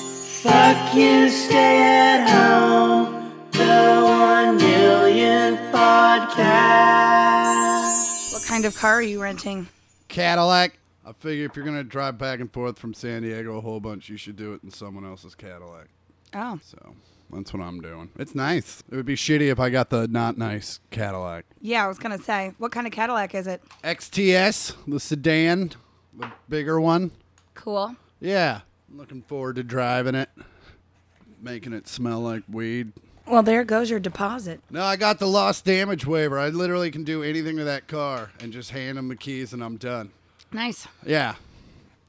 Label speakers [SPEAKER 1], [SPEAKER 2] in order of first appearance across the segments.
[SPEAKER 1] Fuck you, stay at home. The one million podcast.
[SPEAKER 2] What kind of car are you renting?
[SPEAKER 3] Cadillac. I figure if you're gonna drive back and forth from San Diego a whole bunch, you should do it in someone else's Cadillac.
[SPEAKER 2] Oh,
[SPEAKER 3] So that's what I'm doing. It's nice. It would be shitty if I got the not nice Cadillac.
[SPEAKER 2] yeah, I was gonna say, what kind of Cadillac is it?
[SPEAKER 3] XTS, the sedan, the bigger one.
[SPEAKER 2] Cool.
[SPEAKER 3] Yeah, I'm looking forward to driving it, making it smell like weed.
[SPEAKER 2] Well, there goes your deposit.
[SPEAKER 3] No, I got the lost damage waiver. I literally can do anything to that car and just hand them the keys and I'm done.
[SPEAKER 2] Nice.
[SPEAKER 3] Yeah.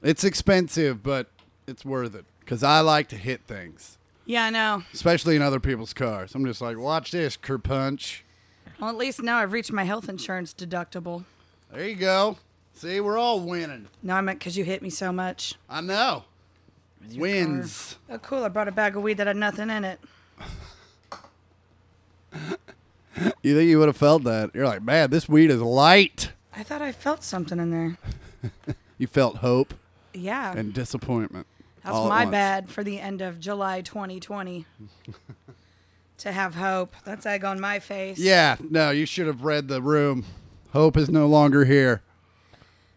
[SPEAKER 3] It's expensive, but it's worth it because I like to hit things,
[SPEAKER 2] Yeah, I know.
[SPEAKER 3] especially in other people's cars. I'm just like, watch this, kerpunch.
[SPEAKER 2] Well, at least now I've reached my health insurance deductible.
[SPEAKER 3] There you go. See, we're all winning.
[SPEAKER 2] No, I meant because you hit me so much.
[SPEAKER 3] I know. Wins.
[SPEAKER 2] Oh, cool. I brought a bag of weed that had nothing in it.
[SPEAKER 3] You think you would have felt that? You're like, man, this weed is light.
[SPEAKER 2] I thought I felt something in there.
[SPEAKER 3] You felt hope
[SPEAKER 2] Yeah.
[SPEAKER 3] and disappointment.
[SPEAKER 2] That's
[SPEAKER 3] all at
[SPEAKER 2] my
[SPEAKER 3] once.
[SPEAKER 2] bad for the end of July 2020. to have hope. That's egg on my face.
[SPEAKER 3] Yeah, no, you should have read the room. Hope is no longer here.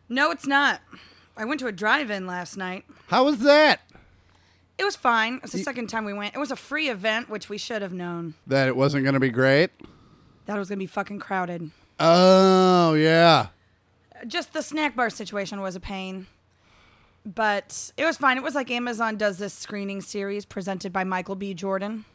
[SPEAKER 2] No, it's not. I went to a drive in last night.
[SPEAKER 3] How was that?
[SPEAKER 2] It was fine. It was the second time we went. It was a free event, which we should have known.
[SPEAKER 3] That it wasn't going to be great?
[SPEAKER 2] That it was going to be fucking crowded.
[SPEAKER 3] Oh, yeah.
[SPEAKER 2] Just the snack bar situation was a pain. But it was fine. It was like Amazon does this screening series presented by Michael B. Jordan.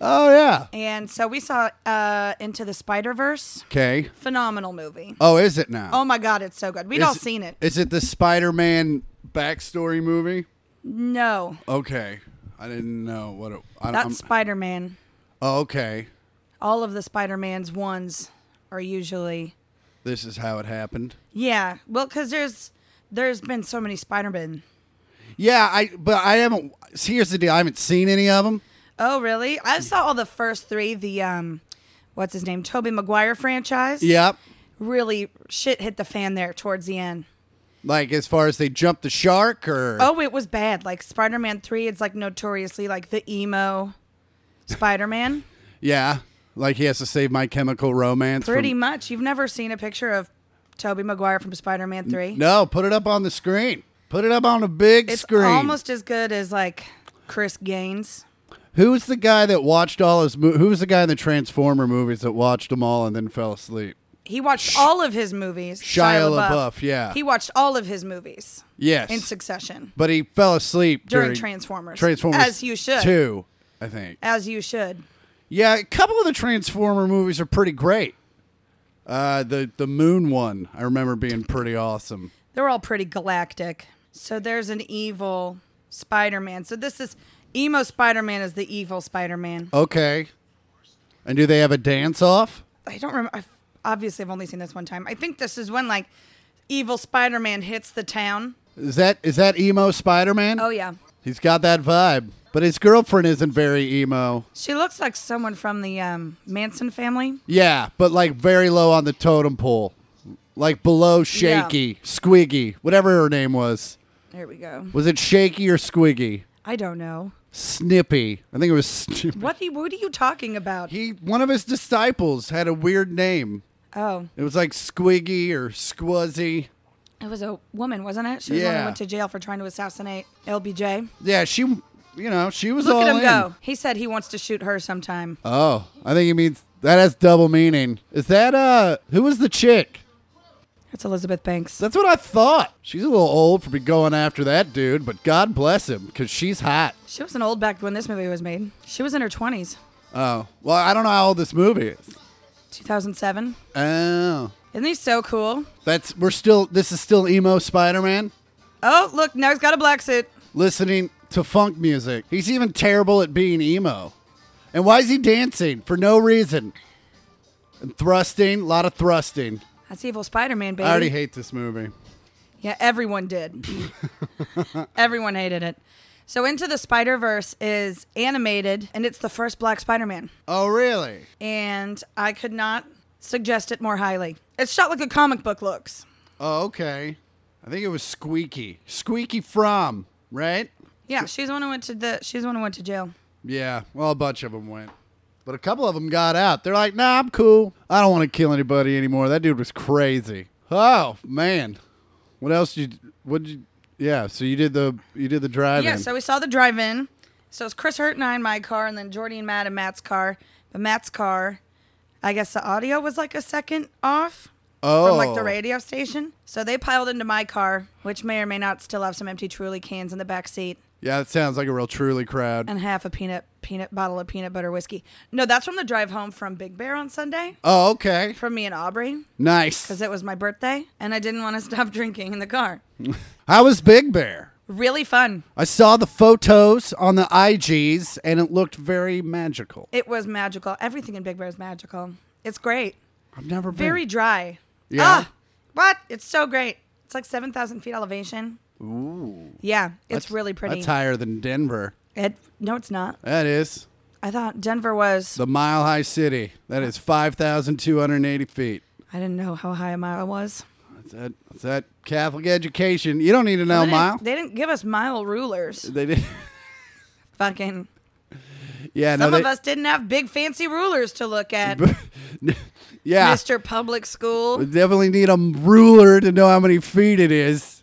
[SPEAKER 3] Oh, yeah.
[SPEAKER 2] And so we saw uh, Into the Spider Verse.
[SPEAKER 3] Okay.
[SPEAKER 2] Phenomenal movie.
[SPEAKER 3] Oh, is it now?
[SPEAKER 2] Oh my God, it's so good. We'd
[SPEAKER 3] Is-
[SPEAKER 2] all seen it.
[SPEAKER 3] Is it the Spider-Man backstory movie?
[SPEAKER 2] No,
[SPEAKER 3] Okay, I didn't know what it. I,
[SPEAKER 2] that's
[SPEAKER 3] I'm-
[SPEAKER 2] Spider Man.
[SPEAKER 3] oh, okay,
[SPEAKER 2] All of the Spider Man's ones are usually.
[SPEAKER 3] this is how it happened.
[SPEAKER 2] Yeah. Well, because there's. There's been so many Spider-Man.
[SPEAKER 3] Yeah, I but I haven't. see, Here's the deal. I haven't seen any of them.
[SPEAKER 2] Oh, really? I saw all the first three. The um, what's his name? Toby Maguire franchise.
[SPEAKER 3] Yep.
[SPEAKER 2] Really, shit hit the fan there towards the end.
[SPEAKER 3] Like as far as they jumped the shark or
[SPEAKER 2] Oh, it was bad. Like Spider-Man Three, it's like notoriously like the emo Spider-Man.
[SPEAKER 3] yeah, like he has to save My Chemical Romance. from-
[SPEAKER 2] Pretty much. You've never seen a picture of Toby Maguire from Spider-Man Three.
[SPEAKER 3] no, put it up on the screen. Put it up on a big
[SPEAKER 2] it's
[SPEAKER 3] screen.
[SPEAKER 2] almost as good as like Chris Gaines.
[SPEAKER 3] Who's the guy that watched all his? Mo- who's the guy in the Transformer movies that watched them all and then fell asleep?
[SPEAKER 2] He watched all of his movies.
[SPEAKER 3] Shia LaBeouf, yeah.
[SPEAKER 2] He watched all of his movies
[SPEAKER 3] Yes.
[SPEAKER 2] in succession.
[SPEAKER 3] But he fell asleep
[SPEAKER 2] During
[SPEAKER 3] during,
[SPEAKER 2] Transformers.
[SPEAKER 3] Transformers,
[SPEAKER 2] As you should.
[SPEAKER 3] Two, I think.
[SPEAKER 2] As you should.
[SPEAKER 3] Yeah, a couple of the Transformer movies are pretty great. Uh, the the Moon one I remember being pretty awesome.
[SPEAKER 2] They're all pretty galactic. So there's an evil Spider Man. So this is emo Spider Man is the evil Spider Man.
[SPEAKER 3] Okay. And do they have a dance off?
[SPEAKER 2] I don't remember. I've, obviously, I've only seen this one time. I think this is when like evil Spider Man hits the town.
[SPEAKER 3] Is that is that emo Spider Man?
[SPEAKER 2] Oh yeah,
[SPEAKER 3] He's got that vibe, but his girlfriend isn't very emo.
[SPEAKER 2] she looks like someone from the um, Manson family.
[SPEAKER 3] Yeah, but like very low on the totem pole, like below Shaky, Squiggy, whatever her name was.
[SPEAKER 2] There we go.
[SPEAKER 3] Was it Shaky or Squiggy?
[SPEAKER 2] I don't know.
[SPEAKER 3] Snippy. I think it was Snippy.
[SPEAKER 2] What? You, what are you talking about?
[SPEAKER 3] He one of his disciples had a weird name.
[SPEAKER 2] oh,
[SPEAKER 3] It was like Squiggy or Squuzzy.
[SPEAKER 2] it was a woman, wasn't it? She was the one who
[SPEAKER 3] Yeah.
[SPEAKER 2] went to jail for trying to assassinate LBJ.
[SPEAKER 3] Yeah, she you know, she was
[SPEAKER 2] Look
[SPEAKER 3] all
[SPEAKER 2] at him
[SPEAKER 3] in.
[SPEAKER 2] go. He said he wants to shoot her sometime.
[SPEAKER 3] Oh, I think he means that has double meaning. Is that uh who was the chick?
[SPEAKER 2] That's Elizabeth Banks.
[SPEAKER 3] That's what I thought. She's a little old for be going after that dude, but God bless him cuz she's hot.
[SPEAKER 2] She was an old back when this movie was made. She was in her 20s,
[SPEAKER 3] Oh, well, I don't know how old this movie is.
[SPEAKER 2] 2007.
[SPEAKER 3] Oh.
[SPEAKER 2] Isn't he so cool?
[SPEAKER 3] That's we're still this is still emo Spider-Man.
[SPEAKER 2] Oh, look, now he's got a black suit.
[SPEAKER 3] listening to funk music. He's even terrible at being emo. And why is he dancing? For no reason. And thrusting, a lot of thrusting.
[SPEAKER 2] That's evil Spider-Man, baby.
[SPEAKER 3] I already hate this movie.
[SPEAKER 2] yeah, everyone did. everyone hated it. So Into the Spider-Verse is animated, and it's the first black Spider-Man.
[SPEAKER 3] Oh, really?
[SPEAKER 2] And I could not suggest it more highly. It's shot like a comic book looks.
[SPEAKER 3] Oh, okay. I think it was Squeaky. Squeaky From, right?
[SPEAKER 2] Yeah, she's the one who went to the. She's the one who went to jail.
[SPEAKER 3] Yeah, well, a bunch of them went. But a couple of them got out. They're like, nah, I'm cool. I don't want to kill anybody anymore. That dude was crazy. Oh, man. What else did you, what did you, yeah, so you did the, you did the drive
[SPEAKER 2] Yeah, so we saw the drive-in. So it's Chris Hurt and I in my car, and then Jordy and Matt in Matt's car. But Matt's car, I guess the audio was like a second off
[SPEAKER 3] oh.
[SPEAKER 2] from like the radio station. So they piled into my car, which may or may not still have some empty Truly cans in the back seat
[SPEAKER 3] Yeah, that sounds like a real truly crowd.
[SPEAKER 2] and half a peanut peanut bottle of peanut butter whiskey. No, that's from the drive home from Big Bear on Sunday
[SPEAKER 3] oh, okay.
[SPEAKER 2] from me and Aubrey
[SPEAKER 3] Nice.
[SPEAKER 2] because it was my birthday and I didn't want to stop drinking in the car.
[SPEAKER 3] How was Big Bear?
[SPEAKER 2] Really fun.
[SPEAKER 3] I saw the photos on the IGs and it looked very magical.
[SPEAKER 2] It was magical. Everything in Big Bear is magical. It's great.
[SPEAKER 3] I've never been.
[SPEAKER 2] Very dry.
[SPEAKER 3] Hmm. Yeah.
[SPEAKER 2] Ah, what? It's so great. It's like 7,000 feet elevation. Ooh. Yeah, it's
[SPEAKER 3] That's-
[SPEAKER 2] really pretty.
[SPEAKER 3] That's higher than Denver.
[SPEAKER 2] it, no, it's not.
[SPEAKER 3] That is
[SPEAKER 2] I thought Denver was.
[SPEAKER 3] the mile high city. That is 5,280 feet.
[SPEAKER 2] I didn't know how high a mile was.
[SPEAKER 3] That's that, that's that Catholic education. You don't need to know
[SPEAKER 2] They didn't-
[SPEAKER 3] mile. Uh,
[SPEAKER 2] They didn't give us mile rulers.
[SPEAKER 3] They did.
[SPEAKER 2] Fucking.
[SPEAKER 3] Yeah,
[SPEAKER 2] Some
[SPEAKER 3] no, they,
[SPEAKER 2] of us didn't have big fancy rulers to look at,
[SPEAKER 3] yeah. Uh,
[SPEAKER 2] Mr. Public
[SPEAKER 3] We
[SPEAKER 2] School.
[SPEAKER 3] definitely need a ruler to know how many feet it is.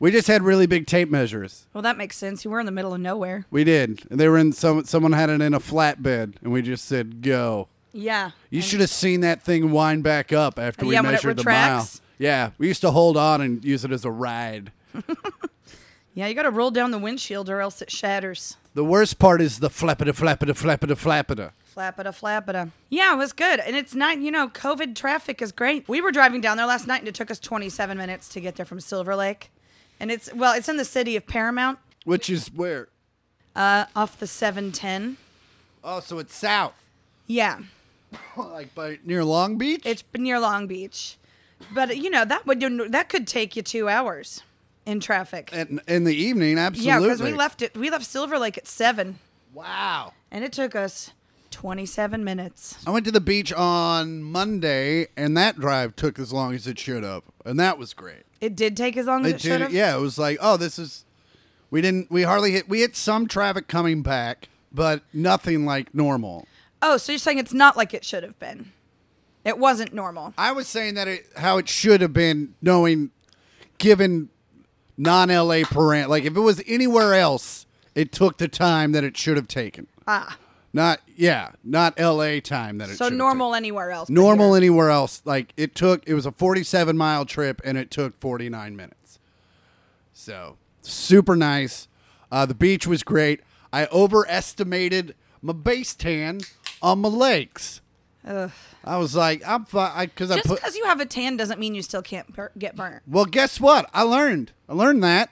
[SPEAKER 3] We just had really big tape measures.
[SPEAKER 2] Well, that makes sense. You were in the middle of nowhere.
[SPEAKER 3] We did. And They were in some. Someone had it in a flatbed, and we just said go.
[SPEAKER 2] Yeah.
[SPEAKER 3] You should have seen that thing wind back up after we
[SPEAKER 2] Yeah, when it
[SPEAKER 3] measured the mile.
[SPEAKER 2] retracts.
[SPEAKER 3] Yeah, we used to hold on and use it as a ride.
[SPEAKER 2] Yeah, you got to roll down the windshield or else it shatters.
[SPEAKER 3] The worst part is the flappida, flappida, flappida, flappida.
[SPEAKER 2] Flappida, flappida. Yeah, it was good. And it's not, you know, COVID traffic is great. We were driving down there last night and it took us 27 minutes to get there from Silver Lake. And it's, well, it's in the city of Paramount
[SPEAKER 3] Which is where?
[SPEAKER 2] uh, off the 710.
[SPEAKER 3] Oh, so it's south,
[SPEAKER 2] Yeah,
[SPEAKER 3] like by near Long Beach.
[SPEAKER 2] it's near Long Beach. But, you know, that would, that could take you two hours in traffic.
[SPEAKER 3] at, in the evening, absolutely.
[SPEAKER 2] Yeah, because we left it, we left Silver Lake at seven
[SPEAKER 3] Wow.
[SPEAKER 2] and it took us 27 minutes.
[SPEAKER 3] I went to the beach on Monday, and that drive took as long as it should have, and that was great.
[SPEAKER 2] It did take as long as
[SPEAKER 3] It
[SPEAKER 2] it should
[SPEAKER 3] did,
[SPEAKER 2] have.
[SPEAKER 3] yeah, it was like, oh, this is. We didn't. We hardly hit. We hit some traffic coming back, but nothing like normal.
[SPEAKER 2] Oh, so you're saying it's not like it should have been. It wasn't normal.
[SPEAKER 3] I was saying that it, how it should have been, knowing, given non-LA parent. Like if it was anywhere else, it took the time that it should have taken.
[SPEAKER 2] Ah.
[SPEAKER 3] Not yeah, not LA time that it.
[SPEAKER 2] So
[SPEAKER 3] should have
[SPEAKER 2] normal anywhere else. but
[SPEAKER 3] taken. normal
[SPEAKER 2] here.
[SPEAKER 3] anywhere else. Like it took. It was a forty-seven mile trip, and it took forty-nine minutes. So super nice. Uh, the beach was great. I overestimated my base tan on my legs.
[SPEAKER 2] Ugh.
[SPEAKER 3] I was like, I'm fine because I
[SPEAKER 2] Just
[SPEAKER 3] put.
[SPEAKER 2] because you have a tan doesn't mean you still can't bur- get burnt.
[SPEAKER 3] Well, guess what? I learned. I learned that,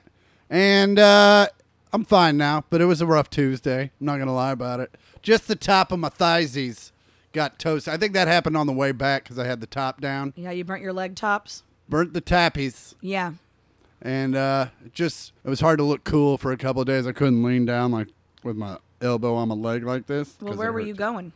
[SPEAKER 3] and uh, I'm fine now. But it was a rough Tuesday. I'm not gonna lie about it. Just the top of my thighsies got toast. I think that happened on the way back because I had the top down,
[SPEAKER 2] Yeah, you burnt your leg tops.
[SPEAKER 3] burnt the tappies,
[SPEAKER 2] Yeah.
[SPEAKER 3] and uh, it just it was hard to look cool for a couple of days. I couldn't lean down like with my elbow on my leg like this.
[SPEAKER 2] Well,
[SPEAKER 3] 'cause
[SPEAKER 2] where
[SPEAKER 3] it
[SPEAKER 2] were
[SPEAKER 3] hurt.
[SPEAKER 2] you going?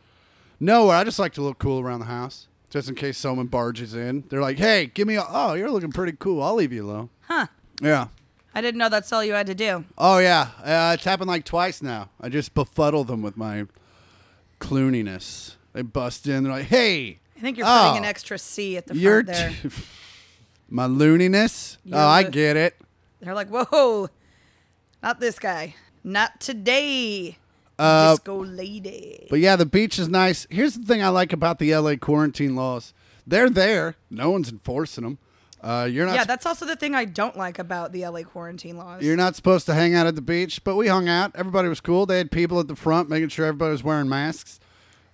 [SPEAKER 3] Nowhere. I just like to look cool around the house, just in case someone barges in. They're like, "Hey, give me a oh, you're looking pretty cool. I'll leave you alone."
[SPEAKER 2] Huh.
[SPEAKER 3] Yeah.
[SPEAKER 2] I didn't know that's all you had to do.
[SPEAKER 3] Oh yeah, uh, it's happened like twice now. I just befuddle them with my clooniness. They bust in. They're like, "Hey,
[SPEAKER 2] I think you're
[SPEAKER 3] oh,
[SPEAKER 2] putting an extra C at the front
[SPEAKER 3] You're
[SPEAKER 2] there.
[SPEAKER 3] t- my looniness.
[SPEAKER 2] You're
[SPEAKER 3] oh, I
[SPEAKER 2] the-
[SPEAKER 3] get it.
[SPEAKER 2] They're like, whoa, not this guy. Not today.
[SPEAKER 3] Uh,
[SPEAKER 2] Disco lady.
[SPEAKER 3] But yeah, the beach is nice. Here's the thing I like about the LA quarantine laws. They're there. No one's enforcing them. Uh, you're not.
[SPEAKER 2] yeah, that's also the thing I don't like about the LA quarantine laws.
[SPEAKER 3] You're not supposed to hang out at the beach, but we hung out. Everybody was cool. They had people at the front making sure everybody was wearing masks.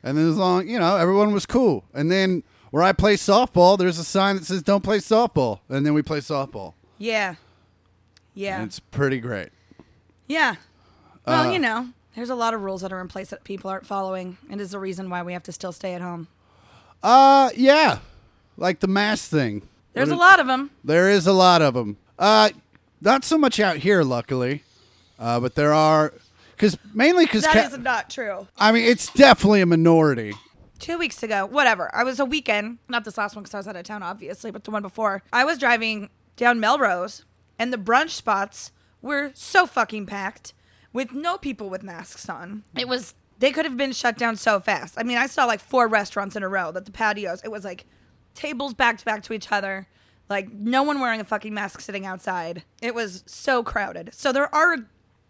[SPEAKER 3] And then as long, you know, everyone was cool. And then where I play softball, there's a sign that says don't play softball. And then we play softball.
[SPEAKER 2] yeah. Yeah.
[SPEAKER 3] And it's Uh, pretty great.
[SPEAKER 2] Yeah. Well, you know, there's a lot of rules that are in place that people aren't following, and is the reason why we have to still stay at home.
[SPEAKER 3] Uh yeah. Like the mask thing.
[SPEAKER 2] There's a lot of them.
[SPEAKER 3] There is a lot of them. Uh not so much out here luckily. Uh but there are cuz mainly cuz
[SPEAKER 2] That
[SPEAKER 3] ca-
[SPEAKER 2] is not true.
[SPEAKER 3] I mean it's definitely a minority.
[SPEAKER 2] Two weeks ago, whatever. I was a weekend, not this last one because I was out of town, obviously, but the one before. I was driving down Melrose, and the brunch spots were so fucking packed. with no people with masks on.
[SPEAKER 4] It was
[SPEAKER 2] They could have been shut down so fast. I mean, I saw like four restaurants in a row that the patios, it was like tables back to back to each other, like no one wearing a fucking mask sitting outside. It was so crowded. So there are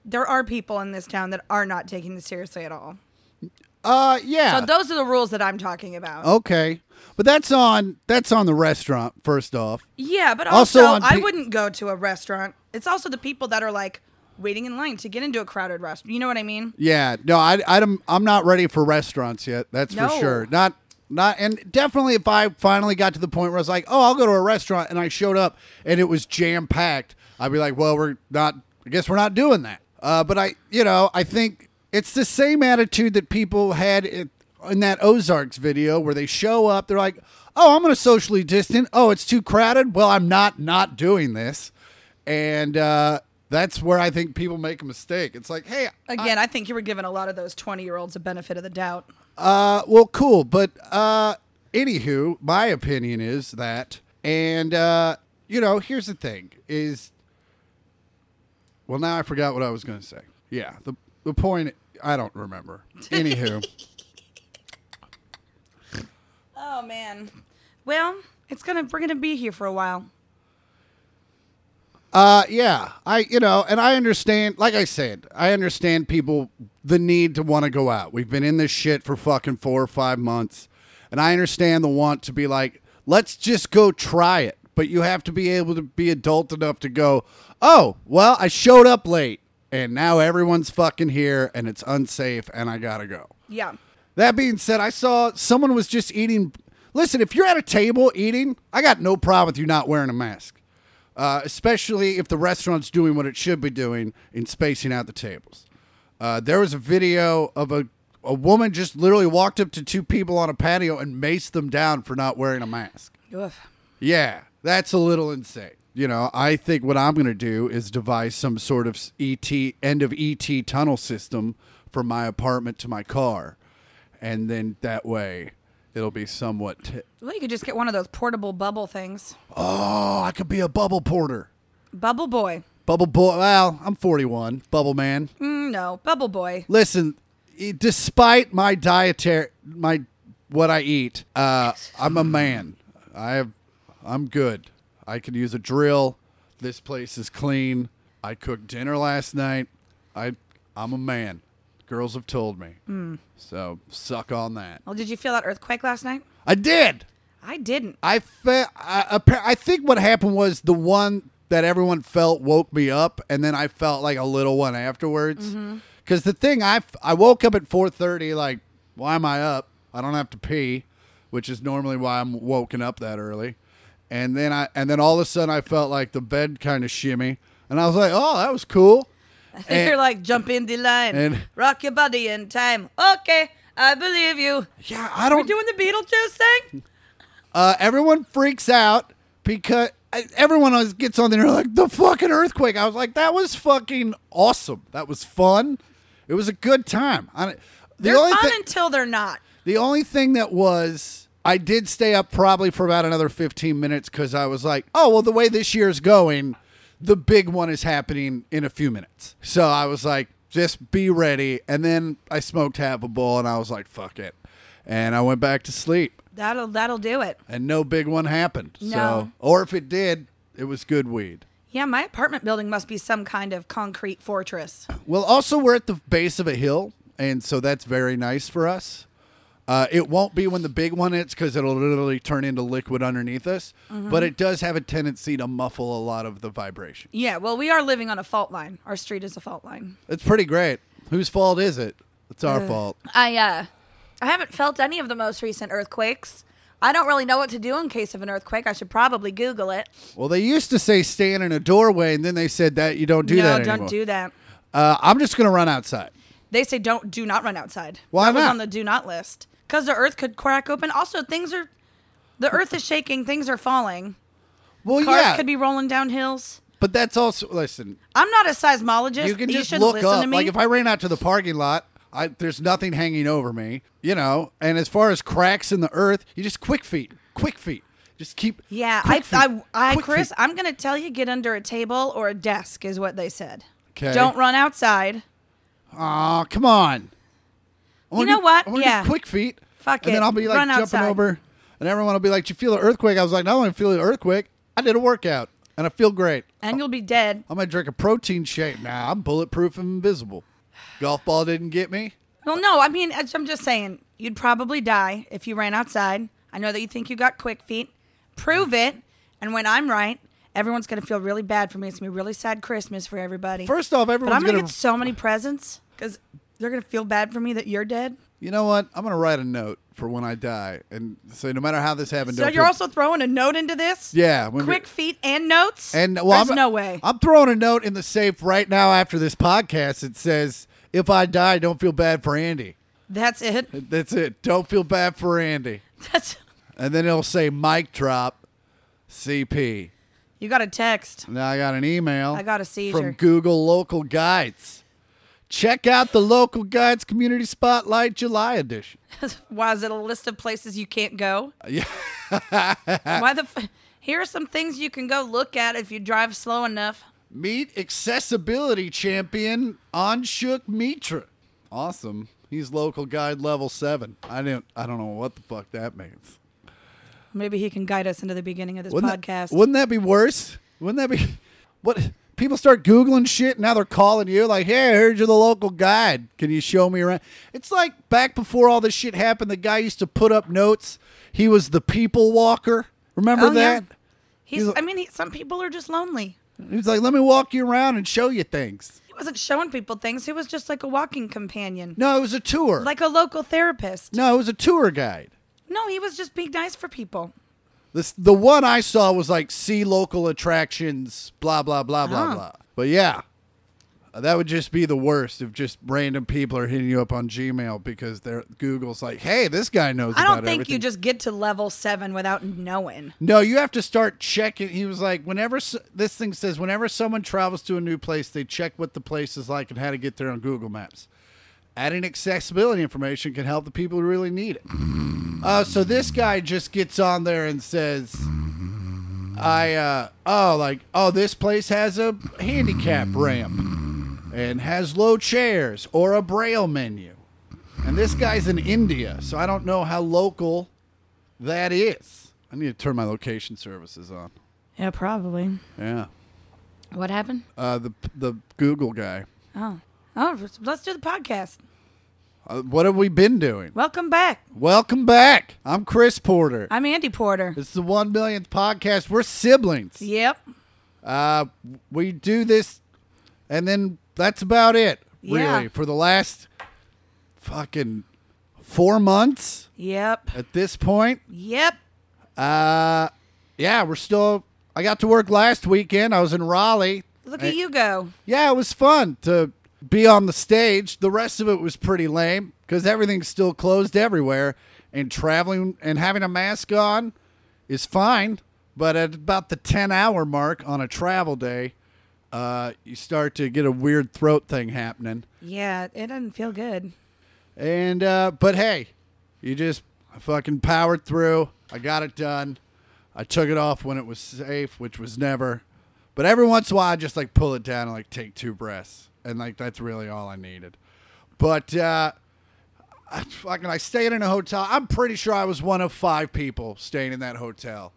[SPEAKER 2] there are people in this town that are not taking this seriously at all.
[SPEAKER 3] Uh, yeah.
[SPEAKER 2] So those are the rules that I'm talking about.
[SPEAKER 3] okay, but that's on that's on the restaurant. First off,
[SPEAKER 2] Yeah, but
[SPEAKER 3] Also
[SPEAKER 2] also,
[SPEAKER 3] on
[SPEAKER 2] I
[SPEAKER 3] pe-
[SPEAKER 2] wouldn't go to a restaurant. It's also the people that are like waiting in line to get into a crowded restaurant. You know what I mean?
[SPEAKER 3] yeah. No, I I'm I'm not ready for restaurants yet. That's for
[SPEAKER 2] No.
[SPEAKER 3] sure. Not not and definitely if I finally got to the point where I was like, oh, I'll go to a restaurant, and I showed up and it was jam packed, I'd be like, well, we're not. I guess we're not doing that. Uh, but I, you know, I think it's the same attitude that people had it, in that Ozarks video where they show up. They're like, oh, I'm going to socially distant. Oh, it's too crowded. Well, I'm not not doing this. And uh, that's where I think people make a mistake. It's like, hey,
[SPEAKER 2] Again, I, think you were giving a lot of those 20 year olds a benefit of the doubt.
[SPEAKER 3] uh, well, cool. But uh, anywho, my opinion is that, and uh, you know, here's the thing: is well, now I forgot what I was going to say. Yeah, the the point I don't remember. Anywho,
[SPEAKER 2] Oh, man. Well, it's gonna we're gonna be here for a while.
[SPEAKER 3] uh, yeah, I you know, and I understand. Like I said, I understand people the need to want to go out. We've been in this shit for fucking four or five months, and I understand the want to be like, let's just go try it. But you have to be able to be adult enough to go, oh, well, I showed up late, and now everyone's fucking here, and it's unsafe, and I gotta go.
[SPEAKER 2] Yeah.
[SPEAKER 3] That being said, I saw someone was just eating. Listen, if you're at a table eating, I got no problem with you not wearing a mask, uh, especially if the restaurant's doing what it should be doing in spacing out the tables. Uh, there was a video of a, a woman just literally walked up to two people on a patio and maced them down for not wearing a mask.
[SPEAKER 2] Oof.
[SPEAKER 3] Yeah, that's a little insane. You know, I think what I'm going to do is devise some sort of ET end of ET tunnel system from my apartment to my car, and then that way it'll be somewhat. T-
[SPEAKER 2] Well, you could just get one of those portable bubble things.
[SPEAKER 3] oh, I could be a bubble porter,
[SPEAKER 2] Bubble boy.
[SPEAKER 3] bubble boy. Well, I'm 41, bubble man.
[SPEAKER 2] Mm, no, bubble boy.
[SPEAKER 3] Listen, e- despite my dietary my what I eat, uh, I'm a man. I have, I'm good. I could use a drill. This place is clean. I cooked dinner last night. I I'm a man. Girls have told me. So suck on that.
[SPEAKER 2] Well, did you feel that earthquake last night?
[SPEAKER 3] I did.
[SPEAKER 2] I didn't.
[SPEAKER 3] I felt. I, appa- I think what happened was the one that everyone felt woke me up, and then I felt like a little one afterwards.
[SPEAKER 2] Mm-hmm.
[SPEAKER 3] Because the thing I f- I woke up at four thirty. Like, why am I up? I don't have to pee, which is normally why I'm woken up that early. And then I and then all of a sudden I felt like the bed kind of shimmy, and I was like, oh, that was cool.
[SPEAKER 2] You're like jump in the line,
[SPEAKER 3] and-
[SPEAKER 2] rock your body in time. Okay, I believe you.
[SPEAKER 3] Yeah, I
[SPEAKER 2] We're
[SPEAKER 3] don't.
[SPEAKER 2] doing the Beetlejuice thing.
[SPEAKER 3] Uh, everyone freaks out because I- everyone always gets on there like the fucking earthquake. I was like, that was fucking awesome. That was fun. It was a good time. I, the
[SPEAKER 2] They're
[SPEAKER 3] only
[SPEAKER 2] fun
[SPEAKER 3] thing,
[SPEAKER 2] until they're not.
[SPEAKER 3] the only thing that was, I did stay up probably for about another fifteen minutes because I was like, oh well, the way this year's going, the big one is happening in a few minutes. So I was like, just be ready. And then I smoked half a bowl and I was like, fuck it, and I went back to sleep
[SPEAKER 2] That'll that'll do it.
[SPEAKER 3] and no big one happened. So,
[SPEAKER 2] No.
[SPEAKER 3] or if it did, it was good weed.
[SPEAKER 2] Yeah, my apartment building must be some kind of concrete fortress.
[SPEAKER 3] Well, also we're at the base of a hill, and so that's very nice for us. Uh, it won't be when the big one hits because it'll literally turn into liquid underneath us.
[SPEAKER 2] Mm-hmm.
[SPEAKER 3] But it does have a tendency to muffle a lot of the vibration.
[SPEAKER 2] Yeah, well, we are living on a fault line. Our street is a fault line.
[SPEAKER 3] It's pretty great. Whose fault is it? It's our fault.
[SPEAKER 2] I uh I haven't felt any of the most recent earthquakes. I don't really know what to do in case of an earthquake. I should probably Google it.
[SPEAKER 3] Well, they used to say stand in a doorway, and then they said that you don't do
[SPEAKER 2] no,
[SPEAKER 3] that
[SPEAKER 2] don't
[SPEAKER 3] anymore.
[SPEAKER 2] do that.
[SPEAKER 3] Uh, I'm just gonna run outside.
[SPEAKER 2] They say don't do not run outside.
[SPEAKER 3] Why
[SPEAKER 2] that was
[SPEAKER 3] not?
[SPEAKER 2] on the do not list because the earth could crack open. Also, things are the earth is shaking. Things are falling.
[SPEAKER 3] Well,
[SPEAKER 2] Cars
[SPEAKER 3] yeah,
[SPEAKER 2] could be rolling down hills.
[SPEAKER 3] but that's also listen.
[SPEAKER 2] I'm not a seismologist.
[SPEAKER 3] you can just
[SPEAKER 2] shouldn't
[SPEAKER 3] look
[SPEAKER 2] listen
[SPEAKER 3] up.
[SPEAKER 2] to me.
[SPEAKER 3] Like if I ran out to the parking lot, I, there's nothing hanging over me, you know. And as far as cracks in the earth, you just quick feet, quick feet, just keep.
[SPEAKER 2] yeah, I,
[SPEAKER 3] quick
[SPEAKER 2] I,
[SPEAKER 3] feet,
[SPEAKER 2] I,
[SPEAKER 3] quick
[SPEAKER 2] Chris,
[SPEAKER 3] feet.
[SPEAKER 2] I'm gonna tell you, get under a table or a desk is what they said.
[SPEAKER 3] 'Kay.
[SPEAKER 2] Don't run outside.
[SPEAKER 3] Aw, come on. I wanna
[SPEAKER 2] You know
[SPEAKER 3] do-
[SPEAKER 2] what?
[SPEAKER 3] I wanna do
[SPEAKER 2] Yeah.
[SPEAKER 3] quick feet.
[SPEAKER 2] Fuck it.
[SPEAKER 3] And then I'll be like
[SPEAKER 2] Run
[SPEAKER 3] jumping
[SPEAKER 2] outside.
[SPEAKER 3] over, and everyone will be like, "Do you feel the earthquake?" I was like, "No, I don't feel the earthquake. I did a workout, and I feel great.
[SPEAKER 2] and you'll be dead.
[SPEAKER 3] I'm gonna drink a protein shake now. I'm bulletproof and invisible. Golf ball didn't get me.
[SPEAKER 2] Well, no, I mean, it's- I'm just saying, you'd probably die if you ran outside. I know that you think you got quick feet. Prove it. And when I'm right, everyone's going to feel really bad for me. It's going to be a really sad Christmas for everybody.
[SPEAKER 3] First off,
[SPEAKER 2] but I'm
[SPEAKER 3] everyone's
[SPEAKER 2] going to
[SPEAKER 3] gonna
[SPEAKER 2] get so many presents because they're going to feel bad for me that you're dead.
[SPEAKER 3] You know what? I'm gonna write a note for when I die, and say no matter how this happened.
[SPEAKER 2] So
[SPEAKER 3] don't
[SPEAKER 2] you're
[SPEAKER 3] feel-
[SPEAKER 2] also throwing a note into this?
[SPEAKER 3] yeah. when we-
[SPEAKER 2] Quick feet and notes?
[SPEAKER 3] and well,
[SPEAKER 2] There's
[SPEAKER 3] I'm,
[SPEAKER 2] no way.
[SPEAKER 3] I'm throwing a note in the safe right now after this podcast. It says, "If I die, don't feel bad for Andy."
[SPEAKER 2] That's it.
[SPEAKER 3] That's it. Don't feel bad for Andy.
[SPEAKER 2] That's
[SPEAKER 3] And then it'll say mic drop, CP.
[SPEAKER 2] You got a text.
[SPEAKER 3] Now I got an email.
[SPEAKER 2] I got a seizure.
[SPEAKER 3] from Google Local Guides. Check out the Local Guides Community Spotlight July edition.
[SPEAKER 2] Why is it a list of places you can't go?
[SPEAKER 3] Yeah.
[SPEAKER 2] Why the? F- Here are some things you can go look at if you drive slow enough.
[SPEAKER 3] Meet accessibility champion Anshuk Mitra. Awesome. He's local guide level seven. I didn't. I don't know what the fuck that means.
[SPEAKER 2] Maybe he can guide us into the beginning of this podcast.
[SPEAKER 3] That, wouldn't that be worse? Wouldn't that be what people start googling shit? Now they're calling you like, "Hey, I heard you're the local guide. Can you show me around?" It's like back before all this shit happened. The guy used to put up notes. He was the people walker. Remember
[SPEAKER 2] Oh, yeah.
[SPEAKER 3] that?
[SPEAKER 2] He's.
[SPEAKER 3] he's a-
[SPEAKER 2] I mean, he, some people are just lonely.
[SPEAKER 3] He was like, "Let me walk you around and show you things."
[SPEAKER 2] He wasn't showing people things. He was just like a walking companion,
[SPEAKER 3] No, it was a tour.
[SPEAKER 2] like a local therapist.
[SPEAKER 3] no, it was a tour guide.
[SPEAKER 2] No, he was just being nice for people.
[SPEAKER 3] This the one I saw was like see local attractions, blah blah blah blah
[SPEAKER 2] Ah.
[SPEAKER 3] blah. But yeah, Uh, that would just be the worst if just random people are hitting you up on Gmail because they're Google's like, hey, this guy knows.
[SPEAKER 2] I don't
[SPEAKER 3] about
[SPEAKER 2] think you
[SPEAKER 3] everything."
[SPEAKER 2] just get to level seven without knowing.
[SPEAKER 3] No, you have to start checking. He was like, whenever s- this thing says, whenever someone travels to a new place, they check what the place is like and how to get there on Google Maps. Adding accessibility information can help the people who really need it. Uh, so this guy just gets on there and says, I, uh, oh, like, oh, this place has a handicap ramp and has low chairs or a braille menu. And this guy's in India, so I don't know how local that is. I need to turn my location services on.
[SPEAKER 2] Yeah, probably.
[SPEAKER 3] Yeah.
[SPEAKER 2] What happened?
[SPEAKER 3] Uh, the the Google guy.
[SPEAKER 2] Oh, oh, let's do the podcast.
[SPEAKER 3] Uh, what have we been doing?
[SPEAKER 2] Welcome back.
[SPEAKER 3] Welcome back. I'm Chris Porter.
[SPEAKER 2] I'm Andy Porter.
[SPEAKER 3] It's the one millionth podcast. We're siblings.
[SPEAKER 2] Yep.
[SPEAKER 3] Uh, we do this, and then that's about it. Really,
[SPEAKER 2] Yeah.
[SPEAKER 3] for the last fucking four months
[SPEAKER 2] Yep.
[SPEAKER 3] at this point.
[SPEAKER 2] Yep.
[SPEAKER 3] Uh, yeah, we're still. I got to work last weekend. I was in Raleigh.
[SPEAKER 2] Look
[SPEAKER 3] I-
[SPEAKER 2] at you go.
[SPEAKER 3] yeah, it was fun to be on the stage. The rest of it was pretty lame because everything's still closed everywhere, and traveling and having a mask on is fine. But at about the 10 hour mark on a travel day, uh, you start to get a weird throat thing happening.
[SPEAKER 2] Yeah, it doesn't feel good.
[SPEAKER 3] And, uh, but hey, you just I fucking powered through. I got it done. I took it off when it was safe, which was never. But every once in a while, I just like pull it down and like take two breaths, and like that's really all I needed. But uh, I fucking, I stayed in a hotel. I'm pretty sure I was one of five people staying in that hotel.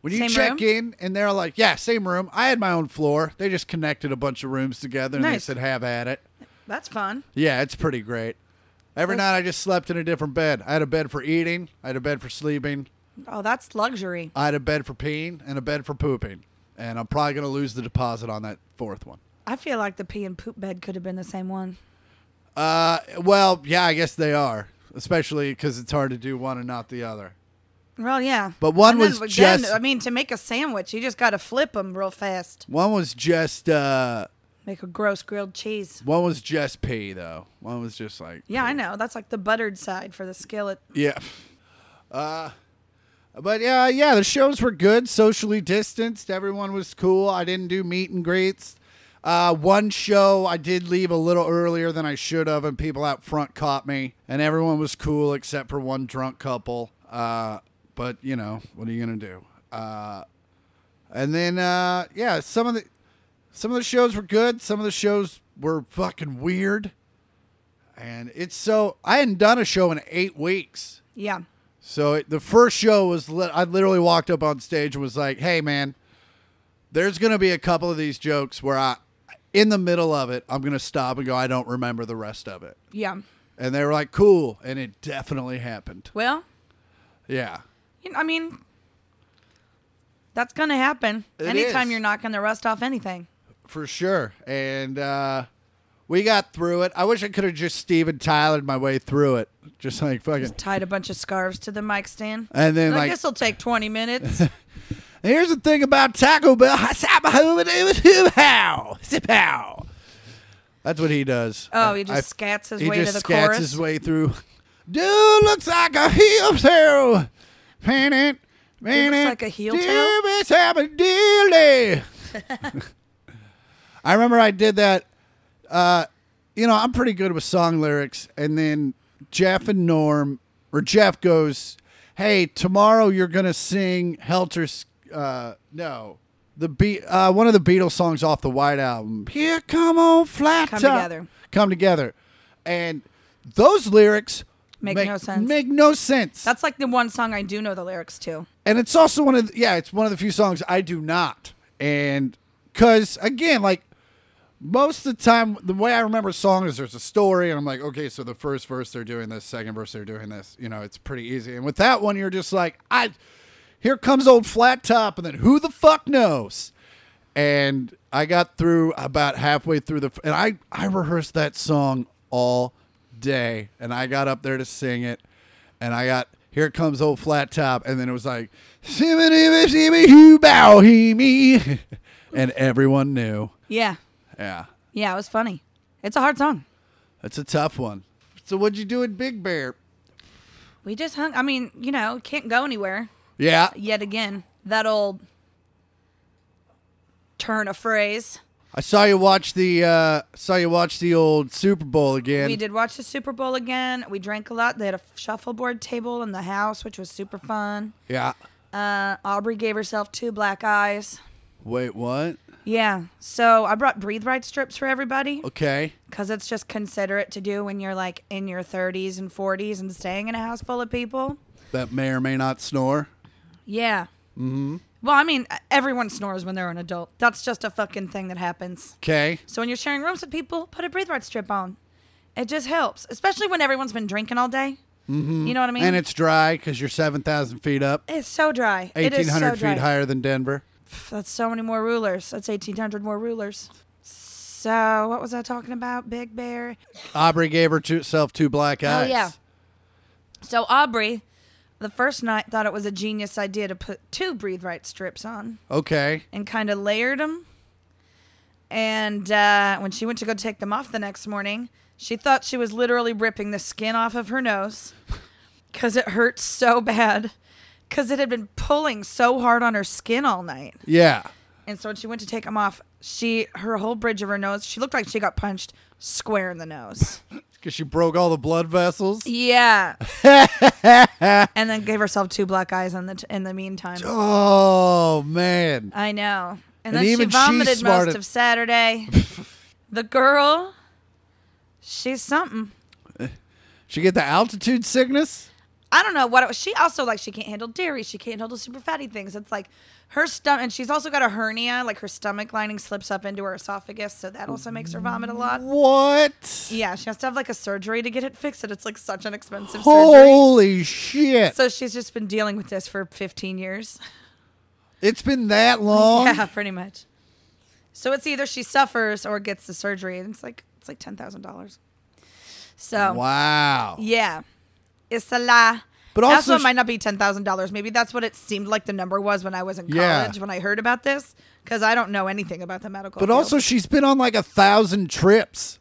[SPEAKER 3] When you
[SPEAKER 2] Same
[SPEAKER 3] check
[SPEAKER 2] room?
[SPEAKER 3] in, and they're like, "Yeah, same room." I had my own floor. They just connected a bunch of rooms together, and they
[SPEAKER 2] Nice.
[SPEAKER 3] said, "Have at it."
[SPEAKER 2] That's fun.
[SPEAKER 3] Yeah, it's pretty great. Every night I just slept in a different bed. I had a bed for eating, I had a bed for sleeping,
[SPEAKER 2] Oh, that's luxury.
[SPEAKER 3] I had a bed for peeing, and a bed for pooping. And I'm probably going to lose the deposit on that fourth one.
[SPEAKER 2] I feel like the pee and poop bed could have been the same one.
[SPEAKER 3] Uh, well, yeah, I guess they are, especially because it's hard to do one and not the other.
[SPEAKER 2] Well, yeah.
[SPEAKER 3] But one
[SPEAKER 2] And then
[SPEAKER 3] was
[SPEAKER 2] again,
[SPEAKER 3] just-
[SPEAKER 2] I mean, to make a sandwich, you just got to flip them real fast.
[SPEAKER 3] One was just uh,
[SPEAKER 2] Make a gross grilled cheese.
[SPEAKER 3] one was just pee though. One was just like
[SPEAKER 2] Yeah, I know. That's like the buttered side for the skillet.
[SPEAKER 3] Yeah. Uh, but yeah, yeah, the shows were good, socially distanced. Everyone was cool. I didn't do meet and greets. Uh, one show I did leave a little earlier than I should have, and people out front caught me, and everyone was cool except for one drunk couple. Uh, but you know, what are you gonna do? Uh, and then uh, yeah, some of the some of the shows were good. Some of the shows were fucking weird. And it's so I hadn't done a show in eight weeks.
[SPEAKER 2] Yeah.
[SPEAKER 3] So it, the first show was lit I literally walked up on stage and was like, "Hey man, there's going to be a couple of these jokes where I in the middle of it, I'm going to stop and go, I don't remember the rest of it."
[SPEAKER 2] Yeah.
[SPEAKER 3] And they were like, "Cool." And it definitely happened.
[SPEAKER 2] Well,
[SPEAKER 3] Yeah.
[SPEAKER 2] you know, I mean, that's going to happen
[SPEAKER 3] It
[SPEAKER 2] anytime
[SPEAKER 3] is.
[SPEAKER 2] you're knocking the rust off anything.
[SPEAKER 3] For sure. And uh we got through it. I wish I could have just Steven Tylered my way through it. Just like fucking
[SPEAKER 2] Tied a bunch of scarves to the mic stand.
[SPEAKER 3] And then, like-
[SPEAKER 2] this will take 20 minutes.
[SPEAKER 3] Here's the thing about Taco Bell. How? How? That's what he does.
[SPEAKER 2] Oh, he just scats his
[SPEAKER 3] he
[SPEAKER 2] way to the
[SPEAKER 3] just scats
[SPEAKER 2] chorus?
[SPEAKER 3] his way through. Dude looks like a heel toe. Pan it. Pan
[SPEAKER 2] He
[SPEAKER 3] it.
[SPEAKER 2] looks like a heel
[SPEAKER 3] Dude,
[SPEAKER 2] toe?
[SPEAKER 3] it's a dilly. I remember I did that. Uh, you know, I'm pretty good with song lyrics. And then Jeff and Norm, or Jeff goes, "Hey, tomorrow you're gonna sing Helter." S- Uh, no, the beat. Uh, one of the Beatles songs off the White Album. Here, come on, flat
[SPEAKER 2] Come
[SPEAKER 3] top.
[SPEAKER 2] Together.
[SPEAKER 3] Come together, and those lyrics
[SPEAKER 2] Make no sense.
[SPEAKER 3] Make no sense.
[SPEAKER 2] that's like the one song I do know the lyrics to.
[SPEAKER 3] and it's also one of the, yeah, it's one of the few songs I do not. And because again, like most of the time, the way I remember songs is there's a story, and I'm like, okay, so the first verse they're doing this, second verse they're doing this. You know, it's pretty easy. And with that one, you're just like, I here comes old flat top, and then who the fuck knows? And I got through about halfway through the, and I I rehearsed that song all day, and I got up there to sing it, and I got here comes old flat top, and then it was like, shimmy, shimmy, shimmy, hoo, bow, he, me, and everyone knew,
[SPEAKER 2] Yeah.
[SPEAKER 3] yeah.
[SPEAKER 2] Yeah, it was funny. It's a hard song.
[SPEAKER 3] That's a tough one. So what'd you do at Big Bear?
[SPEAKER 2] We just hung. I mean, you know, can't go anywhere
[SPEAKER 3] Yeah.
[SPEAKER 2] yet again. That old turn of phrase.
[SPEAKER 3] I saw you watch the uh saw you watch the old Super Bowl again.
[SPEAKER 2] We did watch the Super Bowl again. We drank a lot. They had a shuffleboard table in the house, which was super fun.
[SPEAKER 3] Yeah.
[SPEAKER 2] Uh, Aubrey gave herself two black eyes.
[SPEAKER 3] Wait, what?
[SPEAKER 2] Yeah. So I brought breathe right strips for everybody
[SPEAKER 3] Okay.
[SPEAKER 2] because it's just considerate to do when you're like in your 30s and 40s and staying in a house full of people.
[SPEAKER 3] That may or may not snore.
[SPEAKER 2] Yeah. Mm-hmm. Well, I mean, everyone snores when they're an adult. That's just a fucking thing that happens.
[SPEAKER 3] Okay.
[SPEAKER 2] So when you're sharing rooms with people, put a breathe right strip on. It just helps, especially when everyone's been drinking all day. Mm-hmm. You know what I mean?
[SPEAKER 3] And it's dry because you're 7,000 feet up,
[SPEAKER 2] It's so dry. It is so
[SPEAKER 3] 1,800 feet
[SPEAKER 2] dry.
[SPEAKER 3] higher than Denver.
[SPEAKER 2] Pff, That's so many more rulers. That's 1,800 more rulers. So, what was I talking about? Big Bear.
[SPEAKER 3] Aubrey gave herself two black eyes.
[SPEAKER 2] Oh, yeah. So, Aubrey, the first night, thought it was a genius idea to put two Breathe Right strips on
[SPEAKER 3] Okay.
[SPEAKER 2] and kind of layered them. And uh, when she went to go take them off the next morning, she thought she was literally ripping the skin off of her nose because it hurt so bad because it had been pulling so hard on her skin all night.
[SPEAKER 3] Yeah.
[SPEAKER 2] And so when she went to take them off, she her whole bridge of her nose, she looked like she got punched square in the nose.
[SPEAKER 3] Because she broke all the blood vessels.
[SPEAKER 2] Yeah. and then gave herself two black eyes in the t- in the meantime.
[SPEAKER 3] Oh, man.
[SPEAKER 2] I know.
[SPEAKER 3] And
[SPEAKER 2] And, then
[SPEAKER 3] even
[SPEAKER 2] she
[SPEAKER 3] she
[SPEAKER 2] vomited
[SPEAKER 3] smarted-
[SPEAKER 2] most of Saturday. the girl, she's something.
[SPEAKER 3] She get the altitude sickness?
[SPEAKER 2] I don't know what it was. She also like she can't handle dairy. She can't handle super fatty things. It's like her stomach, and she's also got a hernia. Like her stomach lining slips up into her esophagus, so that also makes her vomit a lot.
[SPEAKER 3] What?
[SPEAKER 2] Yeah, she has to have like a surgery to get it fixed, and it's like such an expensive surgery.
[SPEAKER 3] Holy shit.
[SPEAKER 2] So she's just been dealing with this for 15 years.
[SPEAKER 3] It's been that long.
[SPEAKER 2] yeah, pretty much. So it's either she suffers or gets the surgery, and it's like it's like ten thousand dollars. So
[SPEAKER 3] Wow.
[SPEAKER 2] yeah, it's a lie.
[SPEAKER 3] But
[SPEAKER 2] That's
[SPEAKER 3] also
[SPEAKER 2] what
[SPEAKER 3] sh-
[SPEAKER 2] might not be ten thousand dollars. Maybe that's what it seemed like the number was when I was in college
[SPEAKER 3] Yeah.
[SPEAKER 2] when I heard about this because I don't know anything about the medical.
[SPEAKER 3] But
[SPEAKER 2] field.
[SPEAKER 3] also, she's been on like a thousand trips.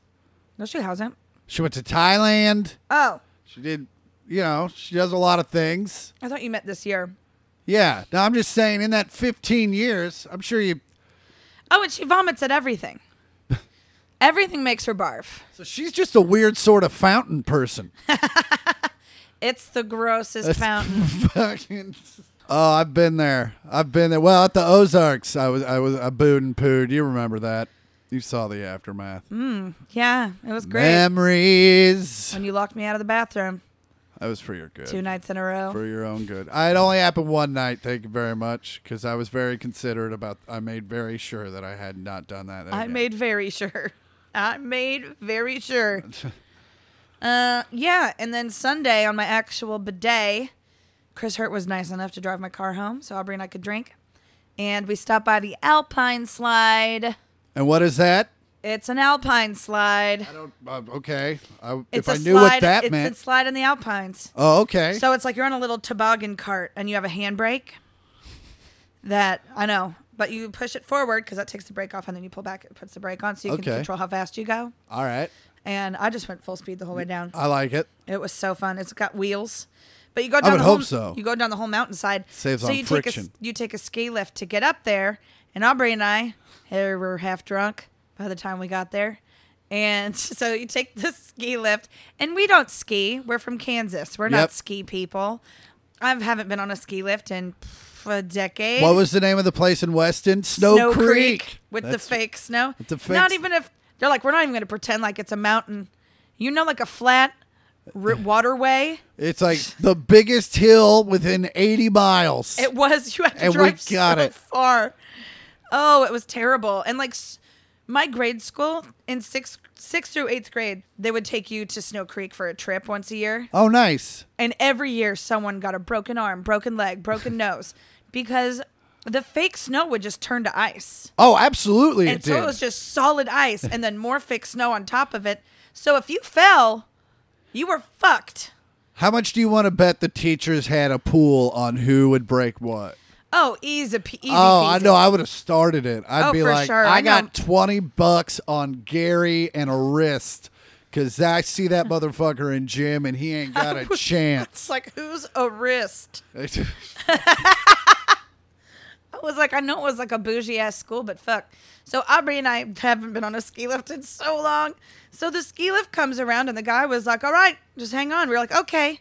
[SPEAKER 2] no, she hasn't.
[SPEAKER 3] She went to Thailand.
[SPEAKER 2] Oh,
[SPEAKER 3] She did, you know, she does a lot of things.
[SPEAKER 2] I thought you meant this year.
[SPEAKER 3] Yeah. Now, I'm just saying, in that 15 years, I'm sure you.
[SPEAKER 2] Oh, and she vomits at everything. everything makes her barf.
[SPEAKER 3] So she's just a weird sort of fountain person.
[SPEAKER 2] It's the grossest fountain.
[SPEAKER 3] Fucking. Oh, I've been there. I've been there. Well, at the Ozarks, I was, I was, I booed and pooed. You remember that? You saw the aftermath.
[SPEAKER 2] Yeah, it was Mm, great.
[SPEAKER 3] Memories.
[SPEAKER 2] When you locked me out of the bathroom
[SPEAKER 3] That was for your good.
[SPEAKER 2] two nights in a row.
[SPEAKER 3] for your own good. I- It only happened one night. Thank you very much, because I was very considerate about. I made very sure that I had not done that.
[SPEAKER 2] I
[SPEAKER 3] again.
[SPEAKER 2] made very sure. I made very sure. uh, yeah, and then Sunday on my actual bidet, Chris Hurt was nice enough to drive my car home so Aubrey and I could drink. And we stopped by the Alpine Slide.
[SPEAKER 3] And what is that?
[SPEAKER 2] It's an Alpine slide.
[SPEAKER 3] I don't. Uh, okay. I,
[SPEAKER 2] It's
[SPEAKER 3] if
[SPEAKER 2] a
[SPEAKER 3] I knew
[SPEAKER 2] slide.
[SPEAKER 3] what that
[SPEAKER 2] it's
[SPEAKER 3] meant.
[SPEAKER 2] a slide in the Alpines.
[SPEAKER 3] oh, okay.
[SPEAKER 2] So it's like you're on a little toboggan cart and you have a handbrake that I know, but you push it forward because that takes the brake off and then you pull back, it puts the brake on so you
[SPEAKER 3] Okay.
[SPEAKER 2] can control how fast you go.
[SPEAKER 3] All right.
[SPEAKER 2] And I just went full speed the whole way down.
[SPEAKER 3] I like it.
[SPEAKER 2] It was so fun. It's got wheels, but you go down.
[SPEAKER 3] I would
[SPEAKER 2] the whole,
[SPEAKER 3] hope so.
[SPEAKER 2] You go down the whole mountainside.
[SPEAKER 3] Saves
[SPEAKER 2] so
[SPEAKER 3] on
[SPEAKER 2] you
[SPEAKER 3] friction.
[SPEAKER 2] Take a, you take a ski lift to get up there, and Aubrey and I eh, were half drunk by the time we got there, and so you take the ski lift, and we don't ski. We're from Kansas. We're
[SPEAKER 3] Yep.
[SPEAKER 2] not ski people. I haven't been on a ski lift in pff, a decade.
[SPEAKER 3] What was the name of the place in Weston? Snow, Creek.
[SPEAKER 2] with
[SPEAKER 3] That's-
[SPEAKER 2] the fake snow.
[SPEAKER 3] the fake
[SPEAKER 2] not
[SPEAKER 3] s-
[SPEAKER 2] even if they're like, we're not even going to pretend like it's a mountain. You know, like a flat r- waterway.
[SPEAKER 3] It's like the biggest hill within 80 miles.
[SPEAKER 2] It was. You had to
[SPEAKER 3] And we
[SPEAKER 2] drive
[SPEAKER 3] got
[SPEAKER 2] so
[SPEAKER 3] it.
[SPEAKER 2] far. Oh, it was terrible. And like s- my grade school in sixth, sixth through eighth grade, they would take you to Snow Creek for a trip once a year.
[SPEAKER 3] oh, nice.
[SPEAKER 2] And every year, someone got a broken arm, broken leg, broken nose because the fake snow would just turn to ice.
[SPEAKER 3] Oh, absolutely.
[SPEAKER 2] And
[SPEAKER 3] it
[SPEAKER 2] so
[SPEAKER 3] did.
[SPEAKER 2] it was just solid ice and then more fake snow on top of it. So if you fell, you were fucked.
[SPEAKER 3] How much do you want to bet the teachers had a pool on who would break what?
[SPEAKER 2] Oh, easy, pe- easy
[SPEAKER 3] Oh, I
[SPEAKER 2] peasy.
[SPEAKER 3] know. I would have started it. I'd
[SPEAKER 2] Oh,
[SPEAKER 3] be
[SPEAKER 2] for
[SPEAKER 3] like,
[SPEAKER 2] sure.
[SPEAKER 3] I,
[SPEAKER 2] I know.
[SPEAKER 3] got 20 bucks on Gary and a wrist because I see that motherfucker in gym and he ain't got a chance.
[SPEAKER 2] It's like, who's a wrist?
[SPEAKER 3] That's
[SPEAKER 2] I was like, I know it was like a bougie ass school, but fuck. So Aubrey and I haven't been on a ski lift in so long. So the ski lift comes around and the guy was like, All right, just hang on. We were like, Okay.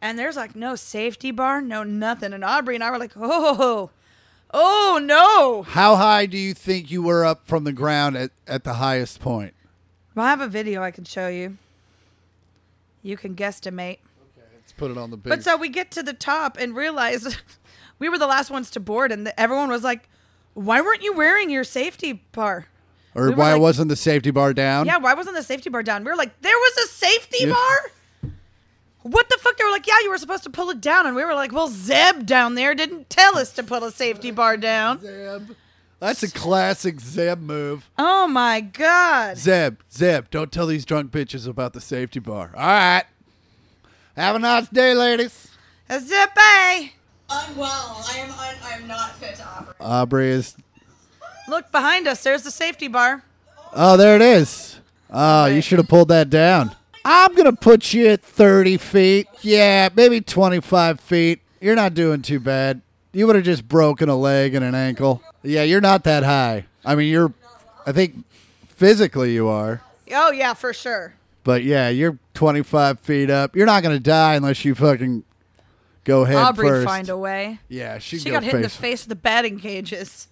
[SPEAKER 2] And there's like no safety bar, no nothing. And Aubrey and I were like, Oh, oh no.
[SPEAKER 3] How high do you think you were up from the ground at, at the highest point?
[SPEAKER 2] Well, I have a video I can show you. You can guesstimate.
[SPEAKER 3] Let's put it on the big.
[SPEAKER 2] But so we get to the top and realize we were the last ones to board, and the, everyone was like, Why weren't you wearing your safety bar?
[SPEAKER 3] or
[SPEAKER 2] we were
[SPEAKER 3] why
[SPEAKER 2] like-
[SPEAKER 3] wasn't the safety bar down?
[SPEAKER 2] Yeah, why wasn't the safety bar down? We were like, there was a safety
[SPEAKER 3] Yeah.
[SPEAKER 2] bar? What the fuck? They were like, yeah, you were supposed to pull it down. And we were like, well, Zeb down there didn't tell us to pull a safety bar down.
[SPEAKER 3] Zeb. That's a classic Zeb move.
[SPEAKER 2] Oh my God.
[SPEAKER 3] Zeb, Zeb, don't tell these drunk bitches about the safety bar. All right. Have a nice day, ladies.
[SPEAKER 2] Zeb A.
[SPEAKER 4] unwell. I am un- I am not fit to operate.
[SPEAKER 3] Aubrey is
[SPEAKER 2] Look behind us. There's the safety bar.
[SPEAKER 3] Oh, there it is. Oh, you should have pulled that down. I'm going to put you at 30 feet. Yeah, maybe 25 feet. You're not doing too bad. You would have just broken a leg and an ankle. Yeah, you're not that high. I mean, you're, I think physically you are,
[SPEAKER 2] Oh, yeah, for sure.
[SPEAKER 3] but yeah, you're 25 feet up. You're not going to die unless you fucking go head
[SPEAKER 2] Aubrey
[SPEAKER 3] first.
[SPEAKER 2] find a way.
[SPEAKER 3] yeah, she,
[SPEAKER 2] She got hit in the face with the batting cages.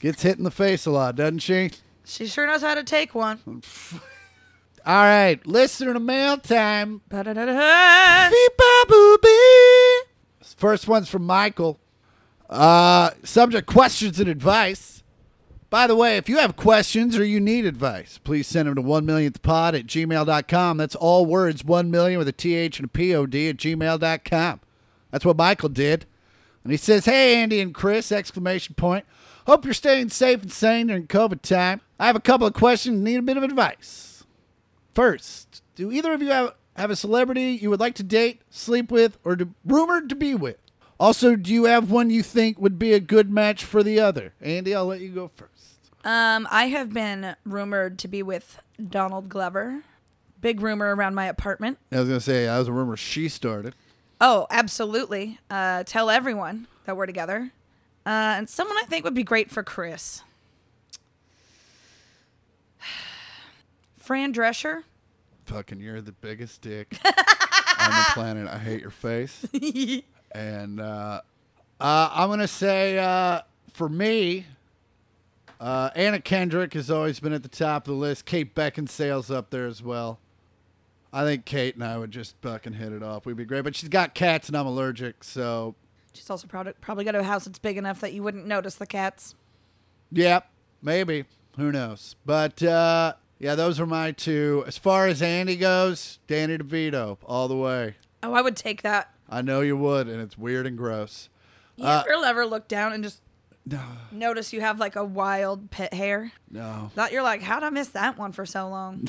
[SPEAKER 3] Gets hit in the face a lot, doesn't she?
[SPEAKER 2] She sure knows how to take one.
[SPEAKER 3] All right, listener to mail time.
[SPEAKER 2] Um, Ba-da-da-da.
[SPEAKER 3] Beep-a-boo-bee. First one's from Michael. Uh, subject questions and advice. By the way, if you have questions or you need advice, please send them to 1 millionth pod at gmail.com. That's all words 1 million with a TH and a POD at gmail.com. That's what Michael did. And he says, Hey, Andy and Chris, exclamation point. Hope you're staying safe and sane during COVID time. I have a couple of questions and need a bit of advice. First, do either of you have, have a celebrity you would like to date, sleep with, or to, rumored to be with? Also, do you have one you think would be a good match for the other? Andy, I'll let you go first.
[SPEAKER 2] Um, I have been rumored to be with Donald Glover. Big rumor around my apartment.
[SPEAKER 3] I was going to say, that was a rumor she started.
[SPEAKER 2] Oh, absolutely. Uh, tell everyone that we're together. Uh, and someone I think would be great for Chris. Fran Drescher.
[SPEAKER 3] Fucking, you're the biggest dick on the planet. I hate your face. and uh, uh, I'm going to say, uh, for me, Uh, Anna Kendrick has always been at the top of the list. Kate Beckinsale's up there as well. I think Kate and I would just fucking hit it off. We'd be great. But she's got cats, and I'm allergic. So,
[SPEAKER 2] She's also prob- probably got a house that's big enough that you wouldn't notice the cats.
[SPEAKER 3] yeah, maybe. Who knows? But uh, yeah, those are my two. As far as Andy goes, Danny DeVito, all the way.
[SPEAKER 2] Oh, I would take that.
[SPEAKER 3] I know you would, and it's weird and gross.
[SPEAKER 2] You ever, ever look down and just notice you have like a wild pit hair?
[SPEAKER 3] No.
[SPEAKER 2] That you're like, how'd I miss that one for so long?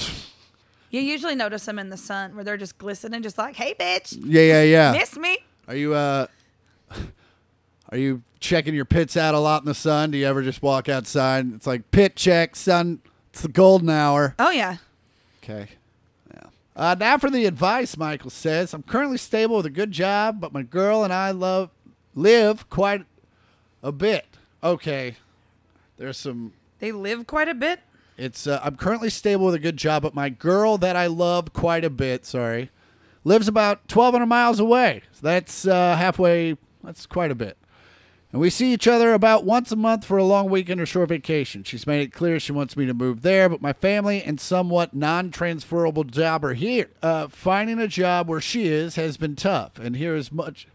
[SPEAKER 2] you usually notice them in the sun where they're just glistening, just like, hey, bitch,
[SPEAKER 3] Yeah, yeah, yeah.
[SPEAKER 2] miss me.
[SPEAKER 3] Are you uh are you checking your pits out a lot in the sun? Do you ever just walk outside and it's like pit check, sun it's the golden hour.
[SPEAKER 2] Oh, yeah.
[SPEAKER 3] Okay. Yeah. Uh, now for the advice, Michael says. I'm currently stable with a good job, but my girl and I love live quite a bit. Okay. There's some
[SPEAKER 2] They live quite a bit.
[SPEAKER 3] it's uh, I'm currently stable with a good job, but my girl that I love quite a bit, sorry, lives about 1,200 miles away. So that's uh, halfway. That's quite a bit. And we see each other about once a month for a long weekend or short vacation. She's made it clear she wants me to move there, but my family and somewhat non transferable job are here. Uh, finding a job where she is has been tough, and here is much,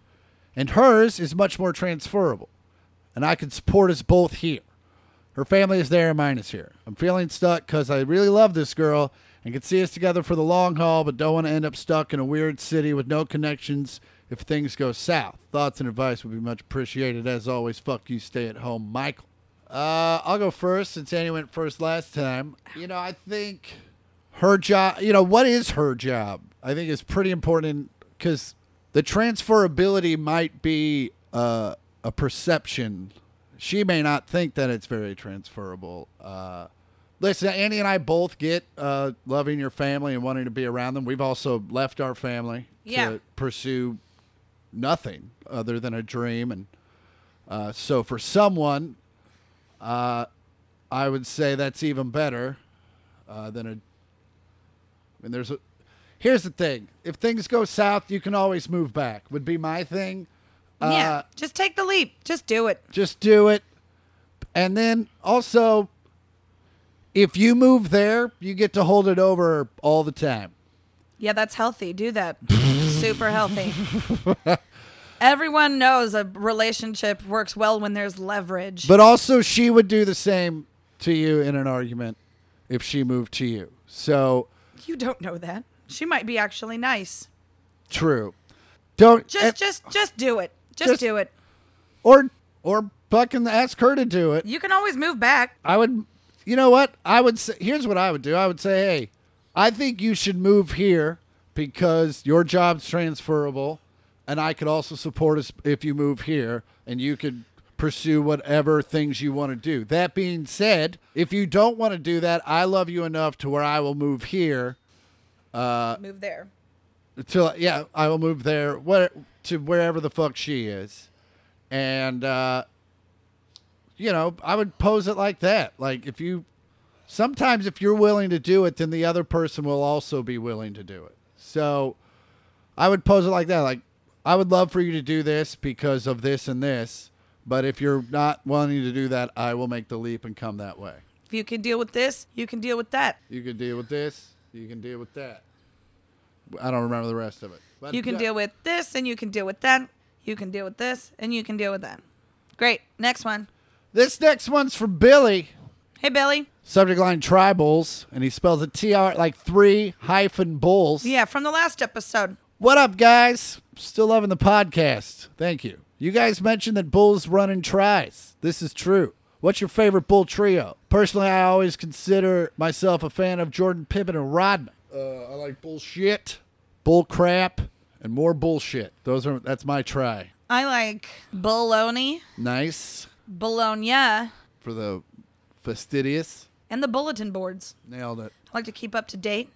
[SPEAKER 3] and hers is much more transferable. And I can support us both here. Her family is there and mine is here. I'm feeling stuck because I really love this girl and could see us together for the long haul, but don't want to end up stuck in a weird city with no connections if things go south. Thoughts and advice would be much appreciated. As always, fuck you, stay at home, Michael. Uh, I'll go first since Annie went first last time. You know, I think her job, you know, what is her job? I think is pretty important because the transferability might be uh, a perception. She may not think that it's very transferable. Uh, listen, Andy and I both get uh, loving your family and wanting to be around them. We've also left our family
[SPEAKER 2] Yeah.
[SPEAKER 3] to pursue nothing other than a dream. And uh, so for someone, uh, I would say that's even better uh, than a and there's a. Here's the thing: if things go south, you can always move back. Would be my thing.
[SPEAKER 2] yeah.
[SPEAKER 3] Uh,
[SPEAKER 2] Just take the leap. Just do it.
[SPEAKER 3] Just do it, and then also, if you move there, you get to hold it over all the time.
[SPEAKER 2] Yeah, that's healthy. Do that. Super healthy. Everyone knows a relationship works well when there's leverage.
[SPEAKER 3] But also, she would do the same to you in an argument if she moved to you. So
[SPEAKER 2] you don't know that. She might be actually nice.
[SPEAKER 3] true. Don't
[SPEAKER 2] Just,
[SPEAKER 3] and-
[SPEAKER 2] just, just do it. Just,
[SPEAKER 3] Just-
[SPEAKER 2] do it.
[SPEAKER 3] or or fucking ask her to do it.
[SPEAKER 2] You can always move back.
[SPEAKER 3] I would, you know what? I would say, here's what I would do. I would say, hey, I think you should move here because your job's transferable, and I could also support us if you move here, and you could pursue whatever things you want to do. That being said, if you don't want to do that, I love you enough to where I will move here Uh,
[SPEAKER 2] move there.
[SPEAKER 3] to yeah, I will move there where to wherever the fuck she is, and uh, you know I would pose it like that. Like if you sometimes if you're willing to do it, then the other person will also be willing to do it. So I would pose it like that. Like I would love for you to do this because of this and this, but if you're not wanting to do that, I will make the leap and come that way.
[SPEAKER 2] If you can deal with this, you can deal with that.
[SPEAKER 3] You can deal with this. You can deal with that. I don't remember the rest of it. But
[SPEAKER 2] You can
[SPEAKER 3] yeah.
[SPEAKER 2] deal with this, and you can deal with that. You can deal with this, and you can deal with that. Great. Next one.
[SPEAKER 3] This next one's for Billy.
[SPEAKER 2] Hey, Billy.
[SPEAKER 3] Subject line tribals, and he spells it T R like three hyphen bulls.
[SPEAKER 2] Yeah, from the last episode.
[SPEAKER 3] What up, guys? Still loving the podcast. Thank you. You guys mentioned that bulls run in tries. This is true. What's your favorite bull trio? Personally, I always consider myself a fan of Jordan Pippen and Rodman. Uh, I like bullshit, bull crap, and more bullshit. Those are that's my try.
[SPEAKER 2] I like bologna,
[SPEAKER 3] Nice
[SPEAKER 2] bologna,
[SPEAKER 3] for the fastidious.
[SPEAKER 2] and the bulletin boards.
[SPEAKER 3] Nailed it.
[SPEAKER 2] I like to keep up to date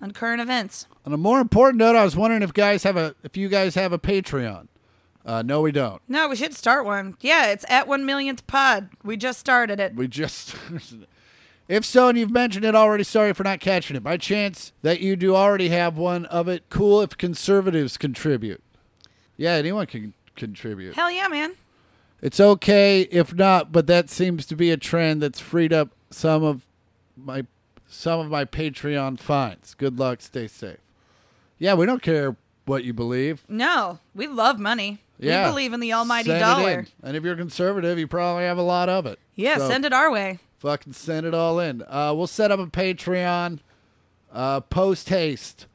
[SPEAKER 2] on current events.
[SPEAKER 3] On a more important note, I was wondering if guys have a if you guys have a Patreon. Uh, no, we don't.
[SPEAKER 2] No, we should start one. Yeah, it's at one millionth pod. We just started it.
[SPEAKER 3] We just. if so, and you've mentioned it already, sorry for not catching it. By chance that you do already have one of it, cool if conservatives contribute. Yeah, anyone can contribute.
[SPEAKER 2] Hell yeah, man.
[SPEAKER 3] It's okay if not, but that seems to be a trend that's freed up some of my some of my Patreon finds. Good luck, stay safe. Yeah, we don't care what you believe.
[SPEAKER 2] No, we love money.
[SPEAKER 3] Yeah.
[SPEAKER 2] We believe in the almighty
[SPEAKER 3] Send it
[SPEAKER 2] dollar.
[SPEAKER 3] in. And if you're conservative, you probably have a lot of it.
[SPEAKER 2] Yeah,
[SPEAKER 3] So
[SPEAKER 2] send it our way.
[SPEAKER 3] Fucking send it all in. Uh, we'll set up a Patreon uh, post haste.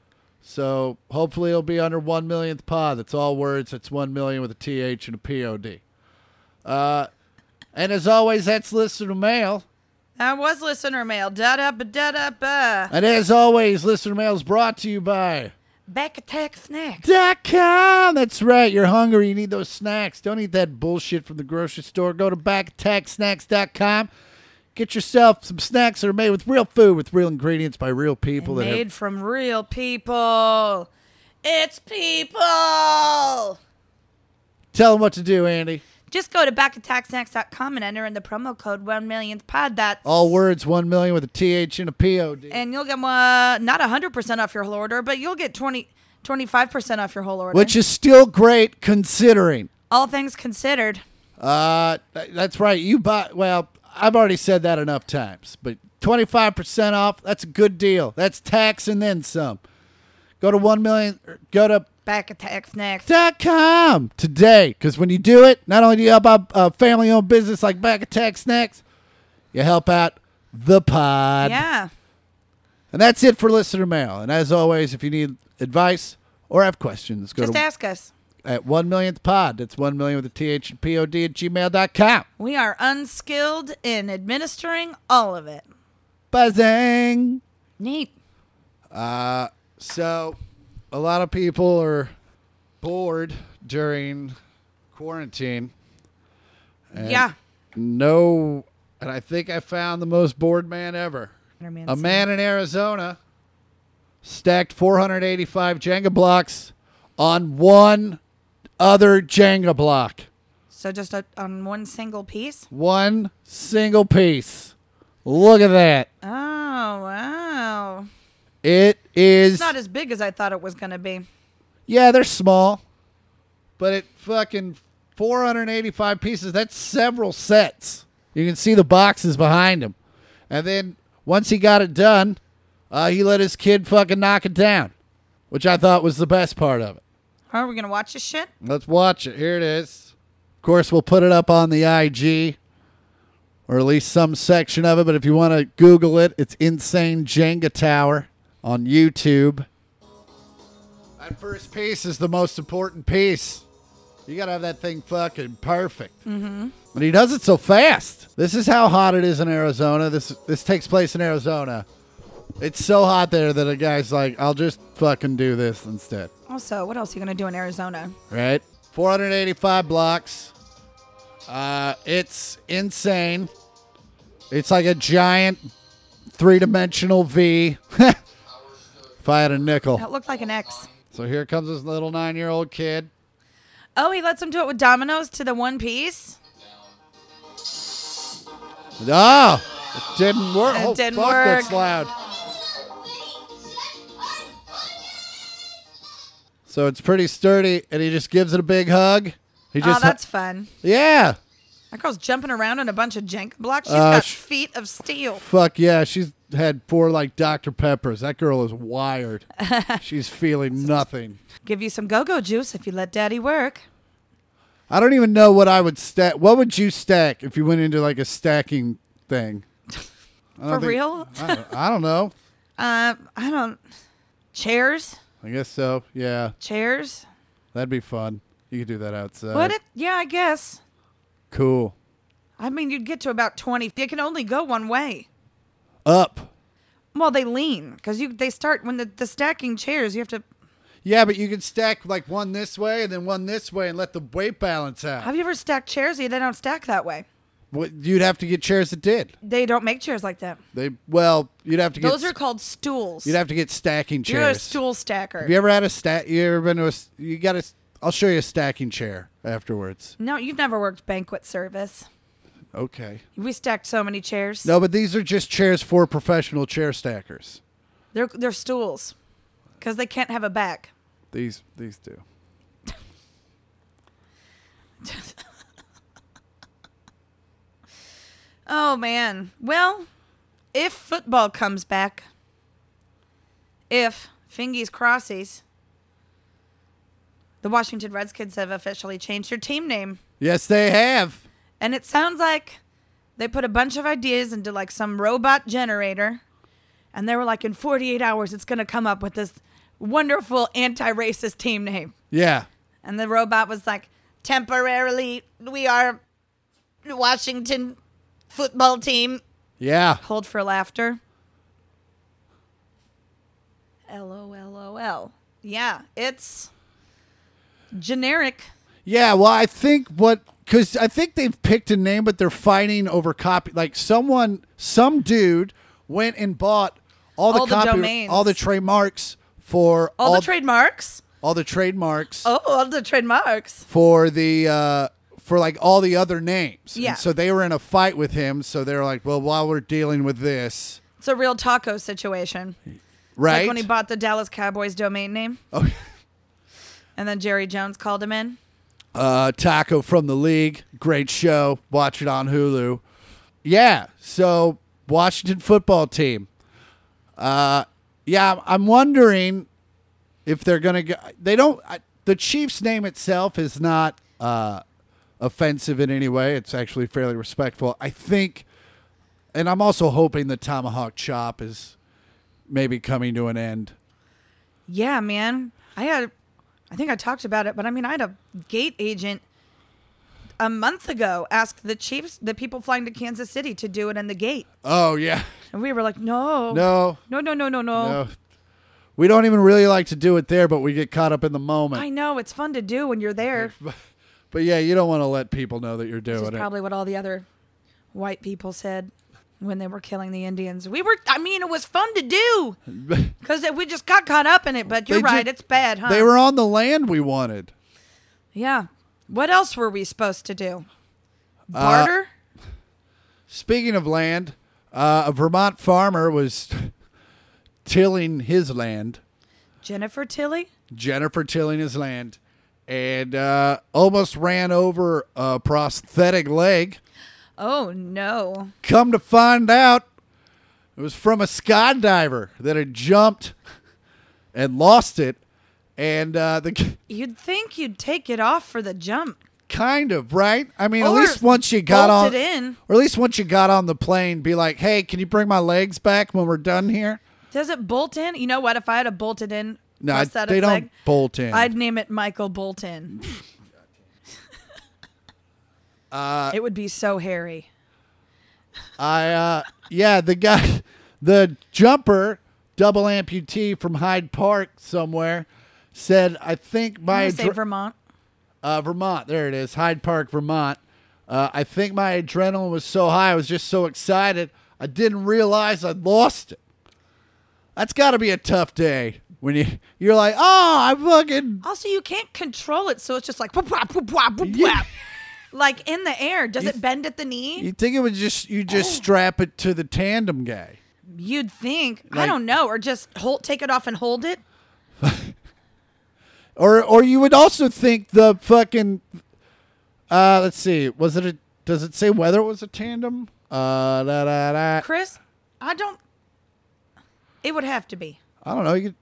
[SPEAKER 3] So hopefully it'll be under one millionth pod. That's all words. That's one million with a th and a pod. Uh, and as always, that's listener mail.
[SPEAKER 2] That was listener mail. Da da ba da da ba.
[SPEAKER 3] And as always, listener mail is brought to you by
[SPEAKER 2] Back attack snacks.
[SPEAKER 3] dot com. That's right. You're hungry. You need those snacks. Don't eat that bullshit from the grocery store. Go to backattacksnacks.com. Get yourself some snacks that are made with real food, with real ingredients by real people. that have-
[SPEAKER 2] Made from real people. It's people.
[SPEAKER 3] Tell them what to do, Andy.
[SPEAKER 2] Just go to backattacksnacks.com and enter in the promo code 1 millionth pod. That's
[SPEAKER 3] All words, one million with a TH and a POD.
[SPEAKER 2] And you'll get uh, not 100% off your whole order, but you'll get 20, 25% off your whole order.
[SPEAKER 3] which is still great considering.
[SPEAKER 2] all things considered.
[SPEAKER 3] Uh, th- that's right. You buy. Well, I've already said that enough times, but twenty five percent off. That's a good deal. That's tax and then some. Go to one million. er, Go to
[SPEAKER 2] Backattacksnacks.
[SPEAKER 3] dot com today because when you do it, not only do you help out a family owned business like Back Attack Snacks, you help out the pod.
[SPEAKER 2] Yeah.
[SPEAKER 3] And that's it for listener mail. And as always, if you need advice or have questions, go
[SPEAKER 2] Just
[SPEAKER 3] to
[SPEAKER 2] ask us.
[SPEAKER 3] at one millionth pod. That's one million with a th and pod at gmail dot com.
[SPEAKER 2] We are unskilled in administering all of it.
[SPEAKER 3] Buzzing.
[SPEAKER 2] Neat.
[SPEAKER 3] So, a lot of people are bored during quarantine. And
[SPEAKER 2] yeah.
[SPEAKER 3] No, and I think I found the most bored man ever.
[SPEAKER 2] Our man
[SPEAKER 3] A
[SPEAKER 2] Sam.
[SPEAKER 3] man in Arizona stacked 485 Jenga blocks on one other Jenga block.
[SPEAKER 2] So just a, on one single piece?
[SPEAKER 3] One single piece. Look at that.
[SPEAKER 2] Oh, wow.
[SPEAKER 3] It is.
[SPEAKER 2] It's not as big as I thought it was going to be.
[SPEAKER 3] yeah, they're small, but it fucking 485 pieces. That's several sets. You can see the boxes behind him. And then once he got it done, uh, he let his kid fucking knock it down, which I thought was the best part of it.
[SPEAKER 2] Are we going to watch this shit?
[SPEAKER 3] Let's watch it. Here it is. Of course, we'll put it up on the IG or at least some section of it. But if you want to Google it, it's Insane Jenga Tower on YouTube. That first piece is the most important piece. You got to have that thing fucking perfect. Mm-hmm. But he does it so fast. This is how hot it is in Arizona. This this takes place in Arizona. It's so hot there that a guy's like, I'll just fucking do this instead
[SPEAKER 2] Also, what else are you going to do in Arizona?
[SPEAKER 3] right? 485 blocks. Uh, it's insane. It's like a giant three dimensional V. if I had a nickel.
[SPEAKER 2] That looked like an X.
[SPEAKER 3] So here comes this little nine year old kid.
[SPEAKER 2] Oh, he lets him do it with dominoes to the one piece?
[SPEAKER 3] Ah, it didn't work.
[SPEAKER 2] It
[SPEAKER 3] oh,
[SPEAKER 2] didn't
[SPEAKER 3] fuck, that's
[SPEAKER 2] work.
[SPEAKER 3] loud. So it's pretty sturdy, and he just gives it a big hug. He
[SPEAKER 2] Oh,
[SPEAKER 3] just,
[SPEAKER 2] that's fun.
[SPEAKER 3] yeah.
[SPEAKER 2] That girl's jumping around on a bunch of Jenga blocks. She's
[SPEAKER 3] Uh,
[SPEAKER 2] got
[SPEAKER 3] sh-
[SPEAKER 2] feet of steel.
[SPEAKER 3] Fuck yeah, she's had four like Dr. Peppers. That girl is wired. she's feeling nothing.
[SPEAKER 2] Give you some go-go juice if you let daddy work.
[SPEAKER 3] I don't even know what I would stack. What would you stack if you went into like a stacking thing? I don't
[SPEAKER 2] For real?
[SPEAKER 3] I don't, I don't know.
[SPEAKER 2] Uh, I don't... Chairs?
[SPEAKER 3] I guess so. Yeah,
[SPEAKER 2] Chairs?
[SPEAKER 3] that'd be fun. You could do that outside.
[SPEAKER 2] Would it? Yeah, I guess.
[SPEAKER 3] Cool.
[SPEAKER 2] I mean, you'd get to about 20. They can only go one way.
[SPEAKER 3] Up.
[SPEAKER 2] Well, they lean because you they start when the, the stacking chairs. You have to.
[SPEAKER 3] Yeah, but you could stack like one this way and then one this way and let the weight balance out.
[SPEAKER 2] Have you ever stacked chairs? Yeah, They don't stack that way.
[SPEAKER 3] What- You'd have to get chairs that did.
[SPEAKER 2] They don't make chairs like that.
[SPEAKER 3] They well, you'd have to
[SPEAKER 2] Those
[SPEAKER 3] get
[SPEAKER 2] are called stools.
[SPEAKER 3] you'd have to get stacking chairs.
[SPEAKER 2] You're a stool stacker.
[SPEAKER 3] Have you ever had a stack? You ever been to a? s- You got a? s- I'll show you a stacking chair afterwards.
[SPEAKER 2] no, you've never worked banquet service.
[SPEAKER 3] Okay.
[SPEAKER 2] We stacked so many chairs.
[SPEAKER 3] No, but these are just chairs for professional chair stackers.
[SPEAKER 2] They're they're stools because they can't have a back.
[SPEAKER 3] These these do.
[SPEAKER 2] Oh man. Well, if football comes back, if fingies crossies, the Washington Redskins have officially changed their team name,
[SPEAKER 3] Yes, they have.
[SPEAKER 2] and it sounds like they put a bunch of ideas into like some robot generator, and they were like, in 48 hours, it's gonna come up with this wonderful anti-racist team name.
[SPEAKER 3] Yeah.
[SPEAKER 2] And the robot was like, temporarily, we are Washington football team.
[SPEAKER 3] Yeah.
[SPEAKER 2] Hold for laughter. LOLOL. Yeah, it's generic.
[SPEAKER 3] Yeah, well, I think what because I think they've picked a name, but they're fighting over copy. Like someone, some dude went and bought all the
[SPEAKER 2] All the
[SPEAKER 3] copy,
[SPEAKER 2] domains.
[SPEAKER 3] all the trademarks for
[SPEAKER 2] All, the trademarks.
[SPEAKER 3] all the trademarks
[SPEAKER 2] Oh, all the trademarks.
[SPEAKER 3] for the uh, for like all the other names. And
[SPEAKER 2] Yeah.
[SPEAKER 3] so they were in a fight with him. So they're like, well, while we're dealing with this,
[SPEAKER 2] It's a real taco situation.
[SPEAKER 3] right?
[SPEAKER 2] Like when he bought the Dallas Cowboys domain name.
[SPEAKER 3] Oh,
[SPEAKER 2] And then Jerry Jones called him in.
[SPEAKER 3] uh, Taco from the League. Great show. Watch it on Hulu. Yeah. So Washington football team. Uh, yeah, I'm- I'm wondering if they're gonna go. They don't. I, the Chiefs' name itself is not uh, offensive in any way. It's actually fairly respectful. I think, and I'm also hoping the tomahawk chop is maybe coming to an end.
[SPEAKER 2] Yeah, man. I had, I think I talked about it, but I mean, I had a gate agent a month ago ask the Chiefs, the people flying to Kansas City, to do it in the gate,
[SPEAKER 3] Oh yeah.
[SPEAKER 2] and we were like, no,
[SPEAKER 3] No.
[SPEAKER 2] no, no, no, no, no.
[SPEAKER 3] No. We don't even really like to do it there, but we get caught up in the moment.
[SPEAKER 2] I know it's fun to do when you're there.
[SPEAKER 3] But yeah, you don't want to let people know that you're
[SPEAKER 2] Which
[SPEAKER 3] doing
[SPEAKER 2] is
[SPEAKER 3] it.
[SPEAKER 2] probably what all the other white people said when they were killing the Indians. We were, I mean, it was fun to do because we just got caught up in it. But you're
[SPEAKER 3] They
[SPEAKER 2] right,
[SPEAKER 3] ju-
[SPEAKER 2] it's bad, huh?
[SPEAKER 3] They were on the land we wanted.
[SPEAKER 2] yeah. What else were we supposed to do?
[SPEAKER 3] Uh,
[SPEAKER 2] Barter.
[SPEAKER 3] Speaking of land, uh, a Vermont farmer was tilling his land,
[SPEAKER 2] Jennifer Tilly.
[SPEAKER 3] Jennifer tilling his land, and uh, almost ran over a prosthetic leg.
[SPEAKER 2] Oh no.
[SPEAKER 3] Come to find out, it was from a skydiver that had jumped and lost it. And uh, the
[SPEAKER 2] You'd think you'd take it off for the jump.
[SPEAKER 3] kind of right. I mean, at
[SPEAKER 2] Or
[SPEAKER 3] least once you got
[SPEAKER 2] bolt
[SPEAKER 3] on,
[SPEAKER 2] it in.
[SPEAKER 3] or at least once you got on the plane, be like, "Hey, can you bring my legs back when we're done here?"
[SPEAKER 2] Does it bolt in? You know what? If I had a bolted in
[SPEAKER 3] No, I-
[SPEAKER 2] prosthetic
[SPEAKER 3] they don't
[SPEAKER 2] leg,
[SPEAKER 3] bolt in.
[SPEAKER 2] I'd name it Michael Bolton.
[SPEAKER 3] Uh,
[SPEAKER 2] it would be so hairy.
[SPEAKER 3] I, uh, yeah, the guy, the jumper, double amputee from Hyde Park somewhere, said, "I think my
[SPEAKER 2] I say
[SPEAKER 3] adre-
[SPEAKER 2] Vermont.
[SPEAKER 3] uh, Vermont. There it is, Hyde Park, Vermont. Uh, I think my adrenaline was so high, I was just so excited, I didn't realize I lost it. That's got to be a tough day when you you're like, oh, I fucking
[SPEAKER 2] Also, you can't control it, so it's just like whoop, whop, whoop, whop, whoop,
[SPEAKER 3] Yeah.
[SPEAKER 2] whop. like in the air. Does
[SPEAKER 3] You-
[SPEAKER 2] it bend at the knee?
[SPEAKER 3] You think it would just you just strap it to the tandem guy?
[SPEAKER 2] You'd think. I
[SPEAKER 3] Like-
[SPEAKER 2] don't know, or just hold, take it off and hold it.
[SPEAKER 3] Or or you would also think the fucking uh let's see, was it a does it say whether it was a tandem? Uh da, da, da.
[SPEAKER 2] Chris, I don't. It would have to be.
[SPEAKER 3] I don't know, you could,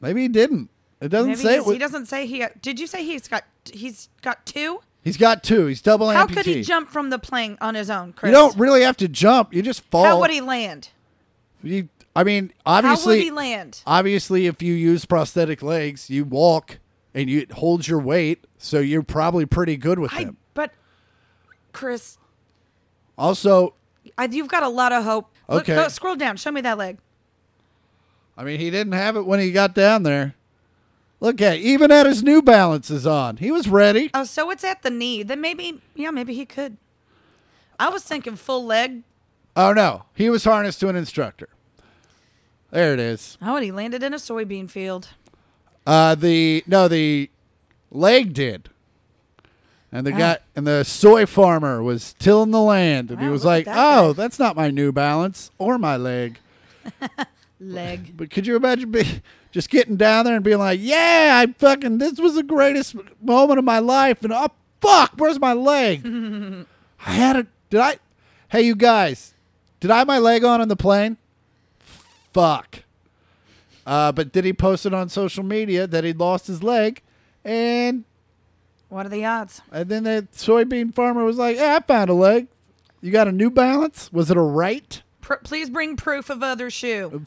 [SPEAKER 3] maybe he didn't. It doesn't
[SPEAKER 2] Maybe
[SPEAKER 3] say it
[SPEAKER 2] he's-
[SPEAKER 3] wa-
[SPEAKER 2] he doesn't say he. Did you say he's got? He's got two.
[SPEAKER 3] he's got two. He's double
[SPEAKER 2] How
[SPEAKER 3] amputee.
[SPEAKER 2] could he jump from the plane on his own, Chris?
[SPEAKER 3] You don't really have to jump. You just fall.
[SPEAKER 2] How would he land?
[SPEAKER 3] You- I mean,
[SPEAKER 2] How would
[SPEAKER 3] obviously
[SPEAKER 2] he land?
[SPEAKER 3] obviously if you use prosthetic legs, you walk and you it holds your weight, so you're probably pretty good with
[SPEAKER 2] I.
[SPEAKER 3] them.
[SPEAKER 2] But, Chris,
[SPEAKER 3] Also,
[SPEAKER 2] I, you've got a lot of hope. Look,
[SPEAKER 3] Okay.
[SPEAKER 2] go, scroll down. Show me that leg.
[SPEAKER 3] I mean, he didn't have it when he got down there. Look at even had his New Balances on. He was ready.
[SPEAKER 2] Oh, so it's at the knee. Then maybe, yeah, maybe he could. I was thinking full leg.
[SPEAKER 3] Oh no, he was harnessed to an instructor. There it is.
[SPEAKER 2] Oh, and he landed in a soybean field.
[SPEAKER 3] Uh, the no, the leg did, and
[SPEAKER 2] Ah.
[SPEAKER 3] the guy and the soy farmer was tilling the land, and he
[SPEAKER 2] Wow,
[SPEAKER 3] was
[SPEAKER 2] look at
[SPEAKER 3] like,
[SPEAKER 2] that
[SPEAKER 3] "Oh,
[SPEAKER 2] guy."
[SPEAKER 3] that's not my New Balance or my leg."
[SPEAKER 2] Leg.
[SPEAKER 3] But could you imagine be, just getting down there and being like, "Yeah, I fucking this was the greatest moment of my life," and oh fuck, where's my leg? I had it. Did I? Hey, you guys, did I have my leg on on the plane? Fuck. Uh, but did he post it on social media that he'd lost his leg? And
[SPEAKER 2] What are the odds?
[SPEAKER 3] and then that soybean farmer was like, "Yeah, I found a leg. You got a New Balance? Was it a right?"
[SPEAKER 2] Pr- please bring proof of other shoe.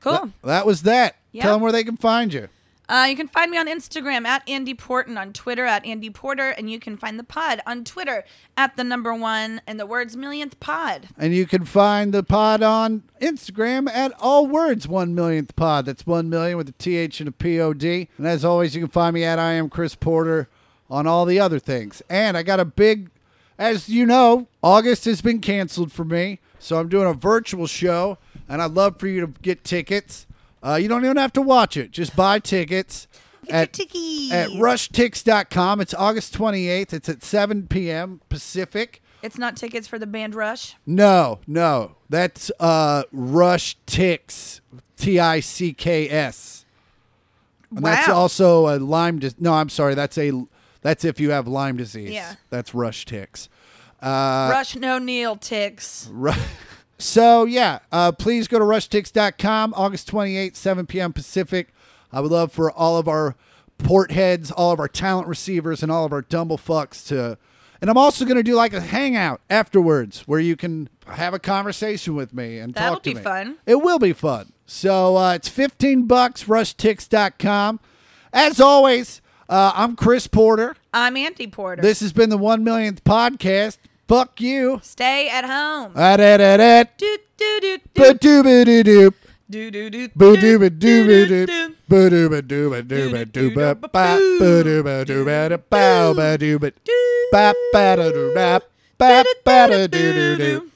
[SPEAKER 2] Cool.
[SPEAKER 3] That was that.
[SPEAKER 2] Yeah.
[SPEAKER 3] Tell them where they can find you.
[SPEAKER 2] Uh, you can find me on Instagram at Andy Porton, on Twitter at Andy Porter, and you can find the pod on Twitter at the number one and the words millionth pod.
[SPEAKER 3] And you can find the pod on Instagram at all words one millionth pod. That's one million with a th and a pod. And as always, you can find me at I am Chris Porter on all the other things. And I got a big, as you know, August has been canceled for me, so I'm doing a virtual show, and I'd love for you to get tickets. Uh, you don't even have to watch it; just buy tickets. at,
[SPEAKER 2] tickies.
[SPEAKER 3] at rushtix.com. It's August 28th. It's at 7 p.m. Pacific.
[SPEAKER 2] It's not tickets for the band Rush.
[SPEAKER 3] No, no. That's uh Rush Ticks. T I C K S. And that's
[SPEAKER 2] Wow.
[SPEAKER 3] also a Lyme dis- No, I'm sorry. That's a that's if you have Lyme disease.
[SPEAKER 2] Yeah.
[SPEAKER 3] That's Rush Ticks. Uh,
[SPEAKER 2] Rush no Neil ticks.
[SPEAKER 3] Right. So yeah, uh, please go to rushtix.com August 28th, 7 p.m. Pacific. I would love for all of our port heads, all of our talent receivers, and all of our dumble fucks to. And I'm also going to do like a hangout afterwards where you can have a conversation with me and
[SPEAKER 2] That'll
[SPEAKER 3] talk to
[SPEAKER 2] be
[SPEAKER 3] me.
[SPEAKER 2] fun.
[SPEAKER 3] It will be fun. So uh, it's 15 bucks, rushtix.com. As always, uh, I'm Chris Porter.
[SPEAKER 2] I'm Andy Porter.
[SPEAKER 3] This has been the 1 millionth podcast. Fuck you.
[SPEAKER 2] Stay at home.
[SPEAKER 3] Ah, da, da, da.
[SPEAKER 2] Do do do do
[SPEAKER 3] Ba dooba doo doop.
[SPEAKER 2] do do do
[SPEAKER 3] Boo dooba dooba
[SPEAKER 2] do,
[SPEAKER 3] doop.
[SPEAKER 2] do.
[SPEAKER 3] Boo dooba dooba dooba dooba ba. Boo dooba dooba da bow ba dooba. Ba ba da doo da. Ba ba da doo doo doo.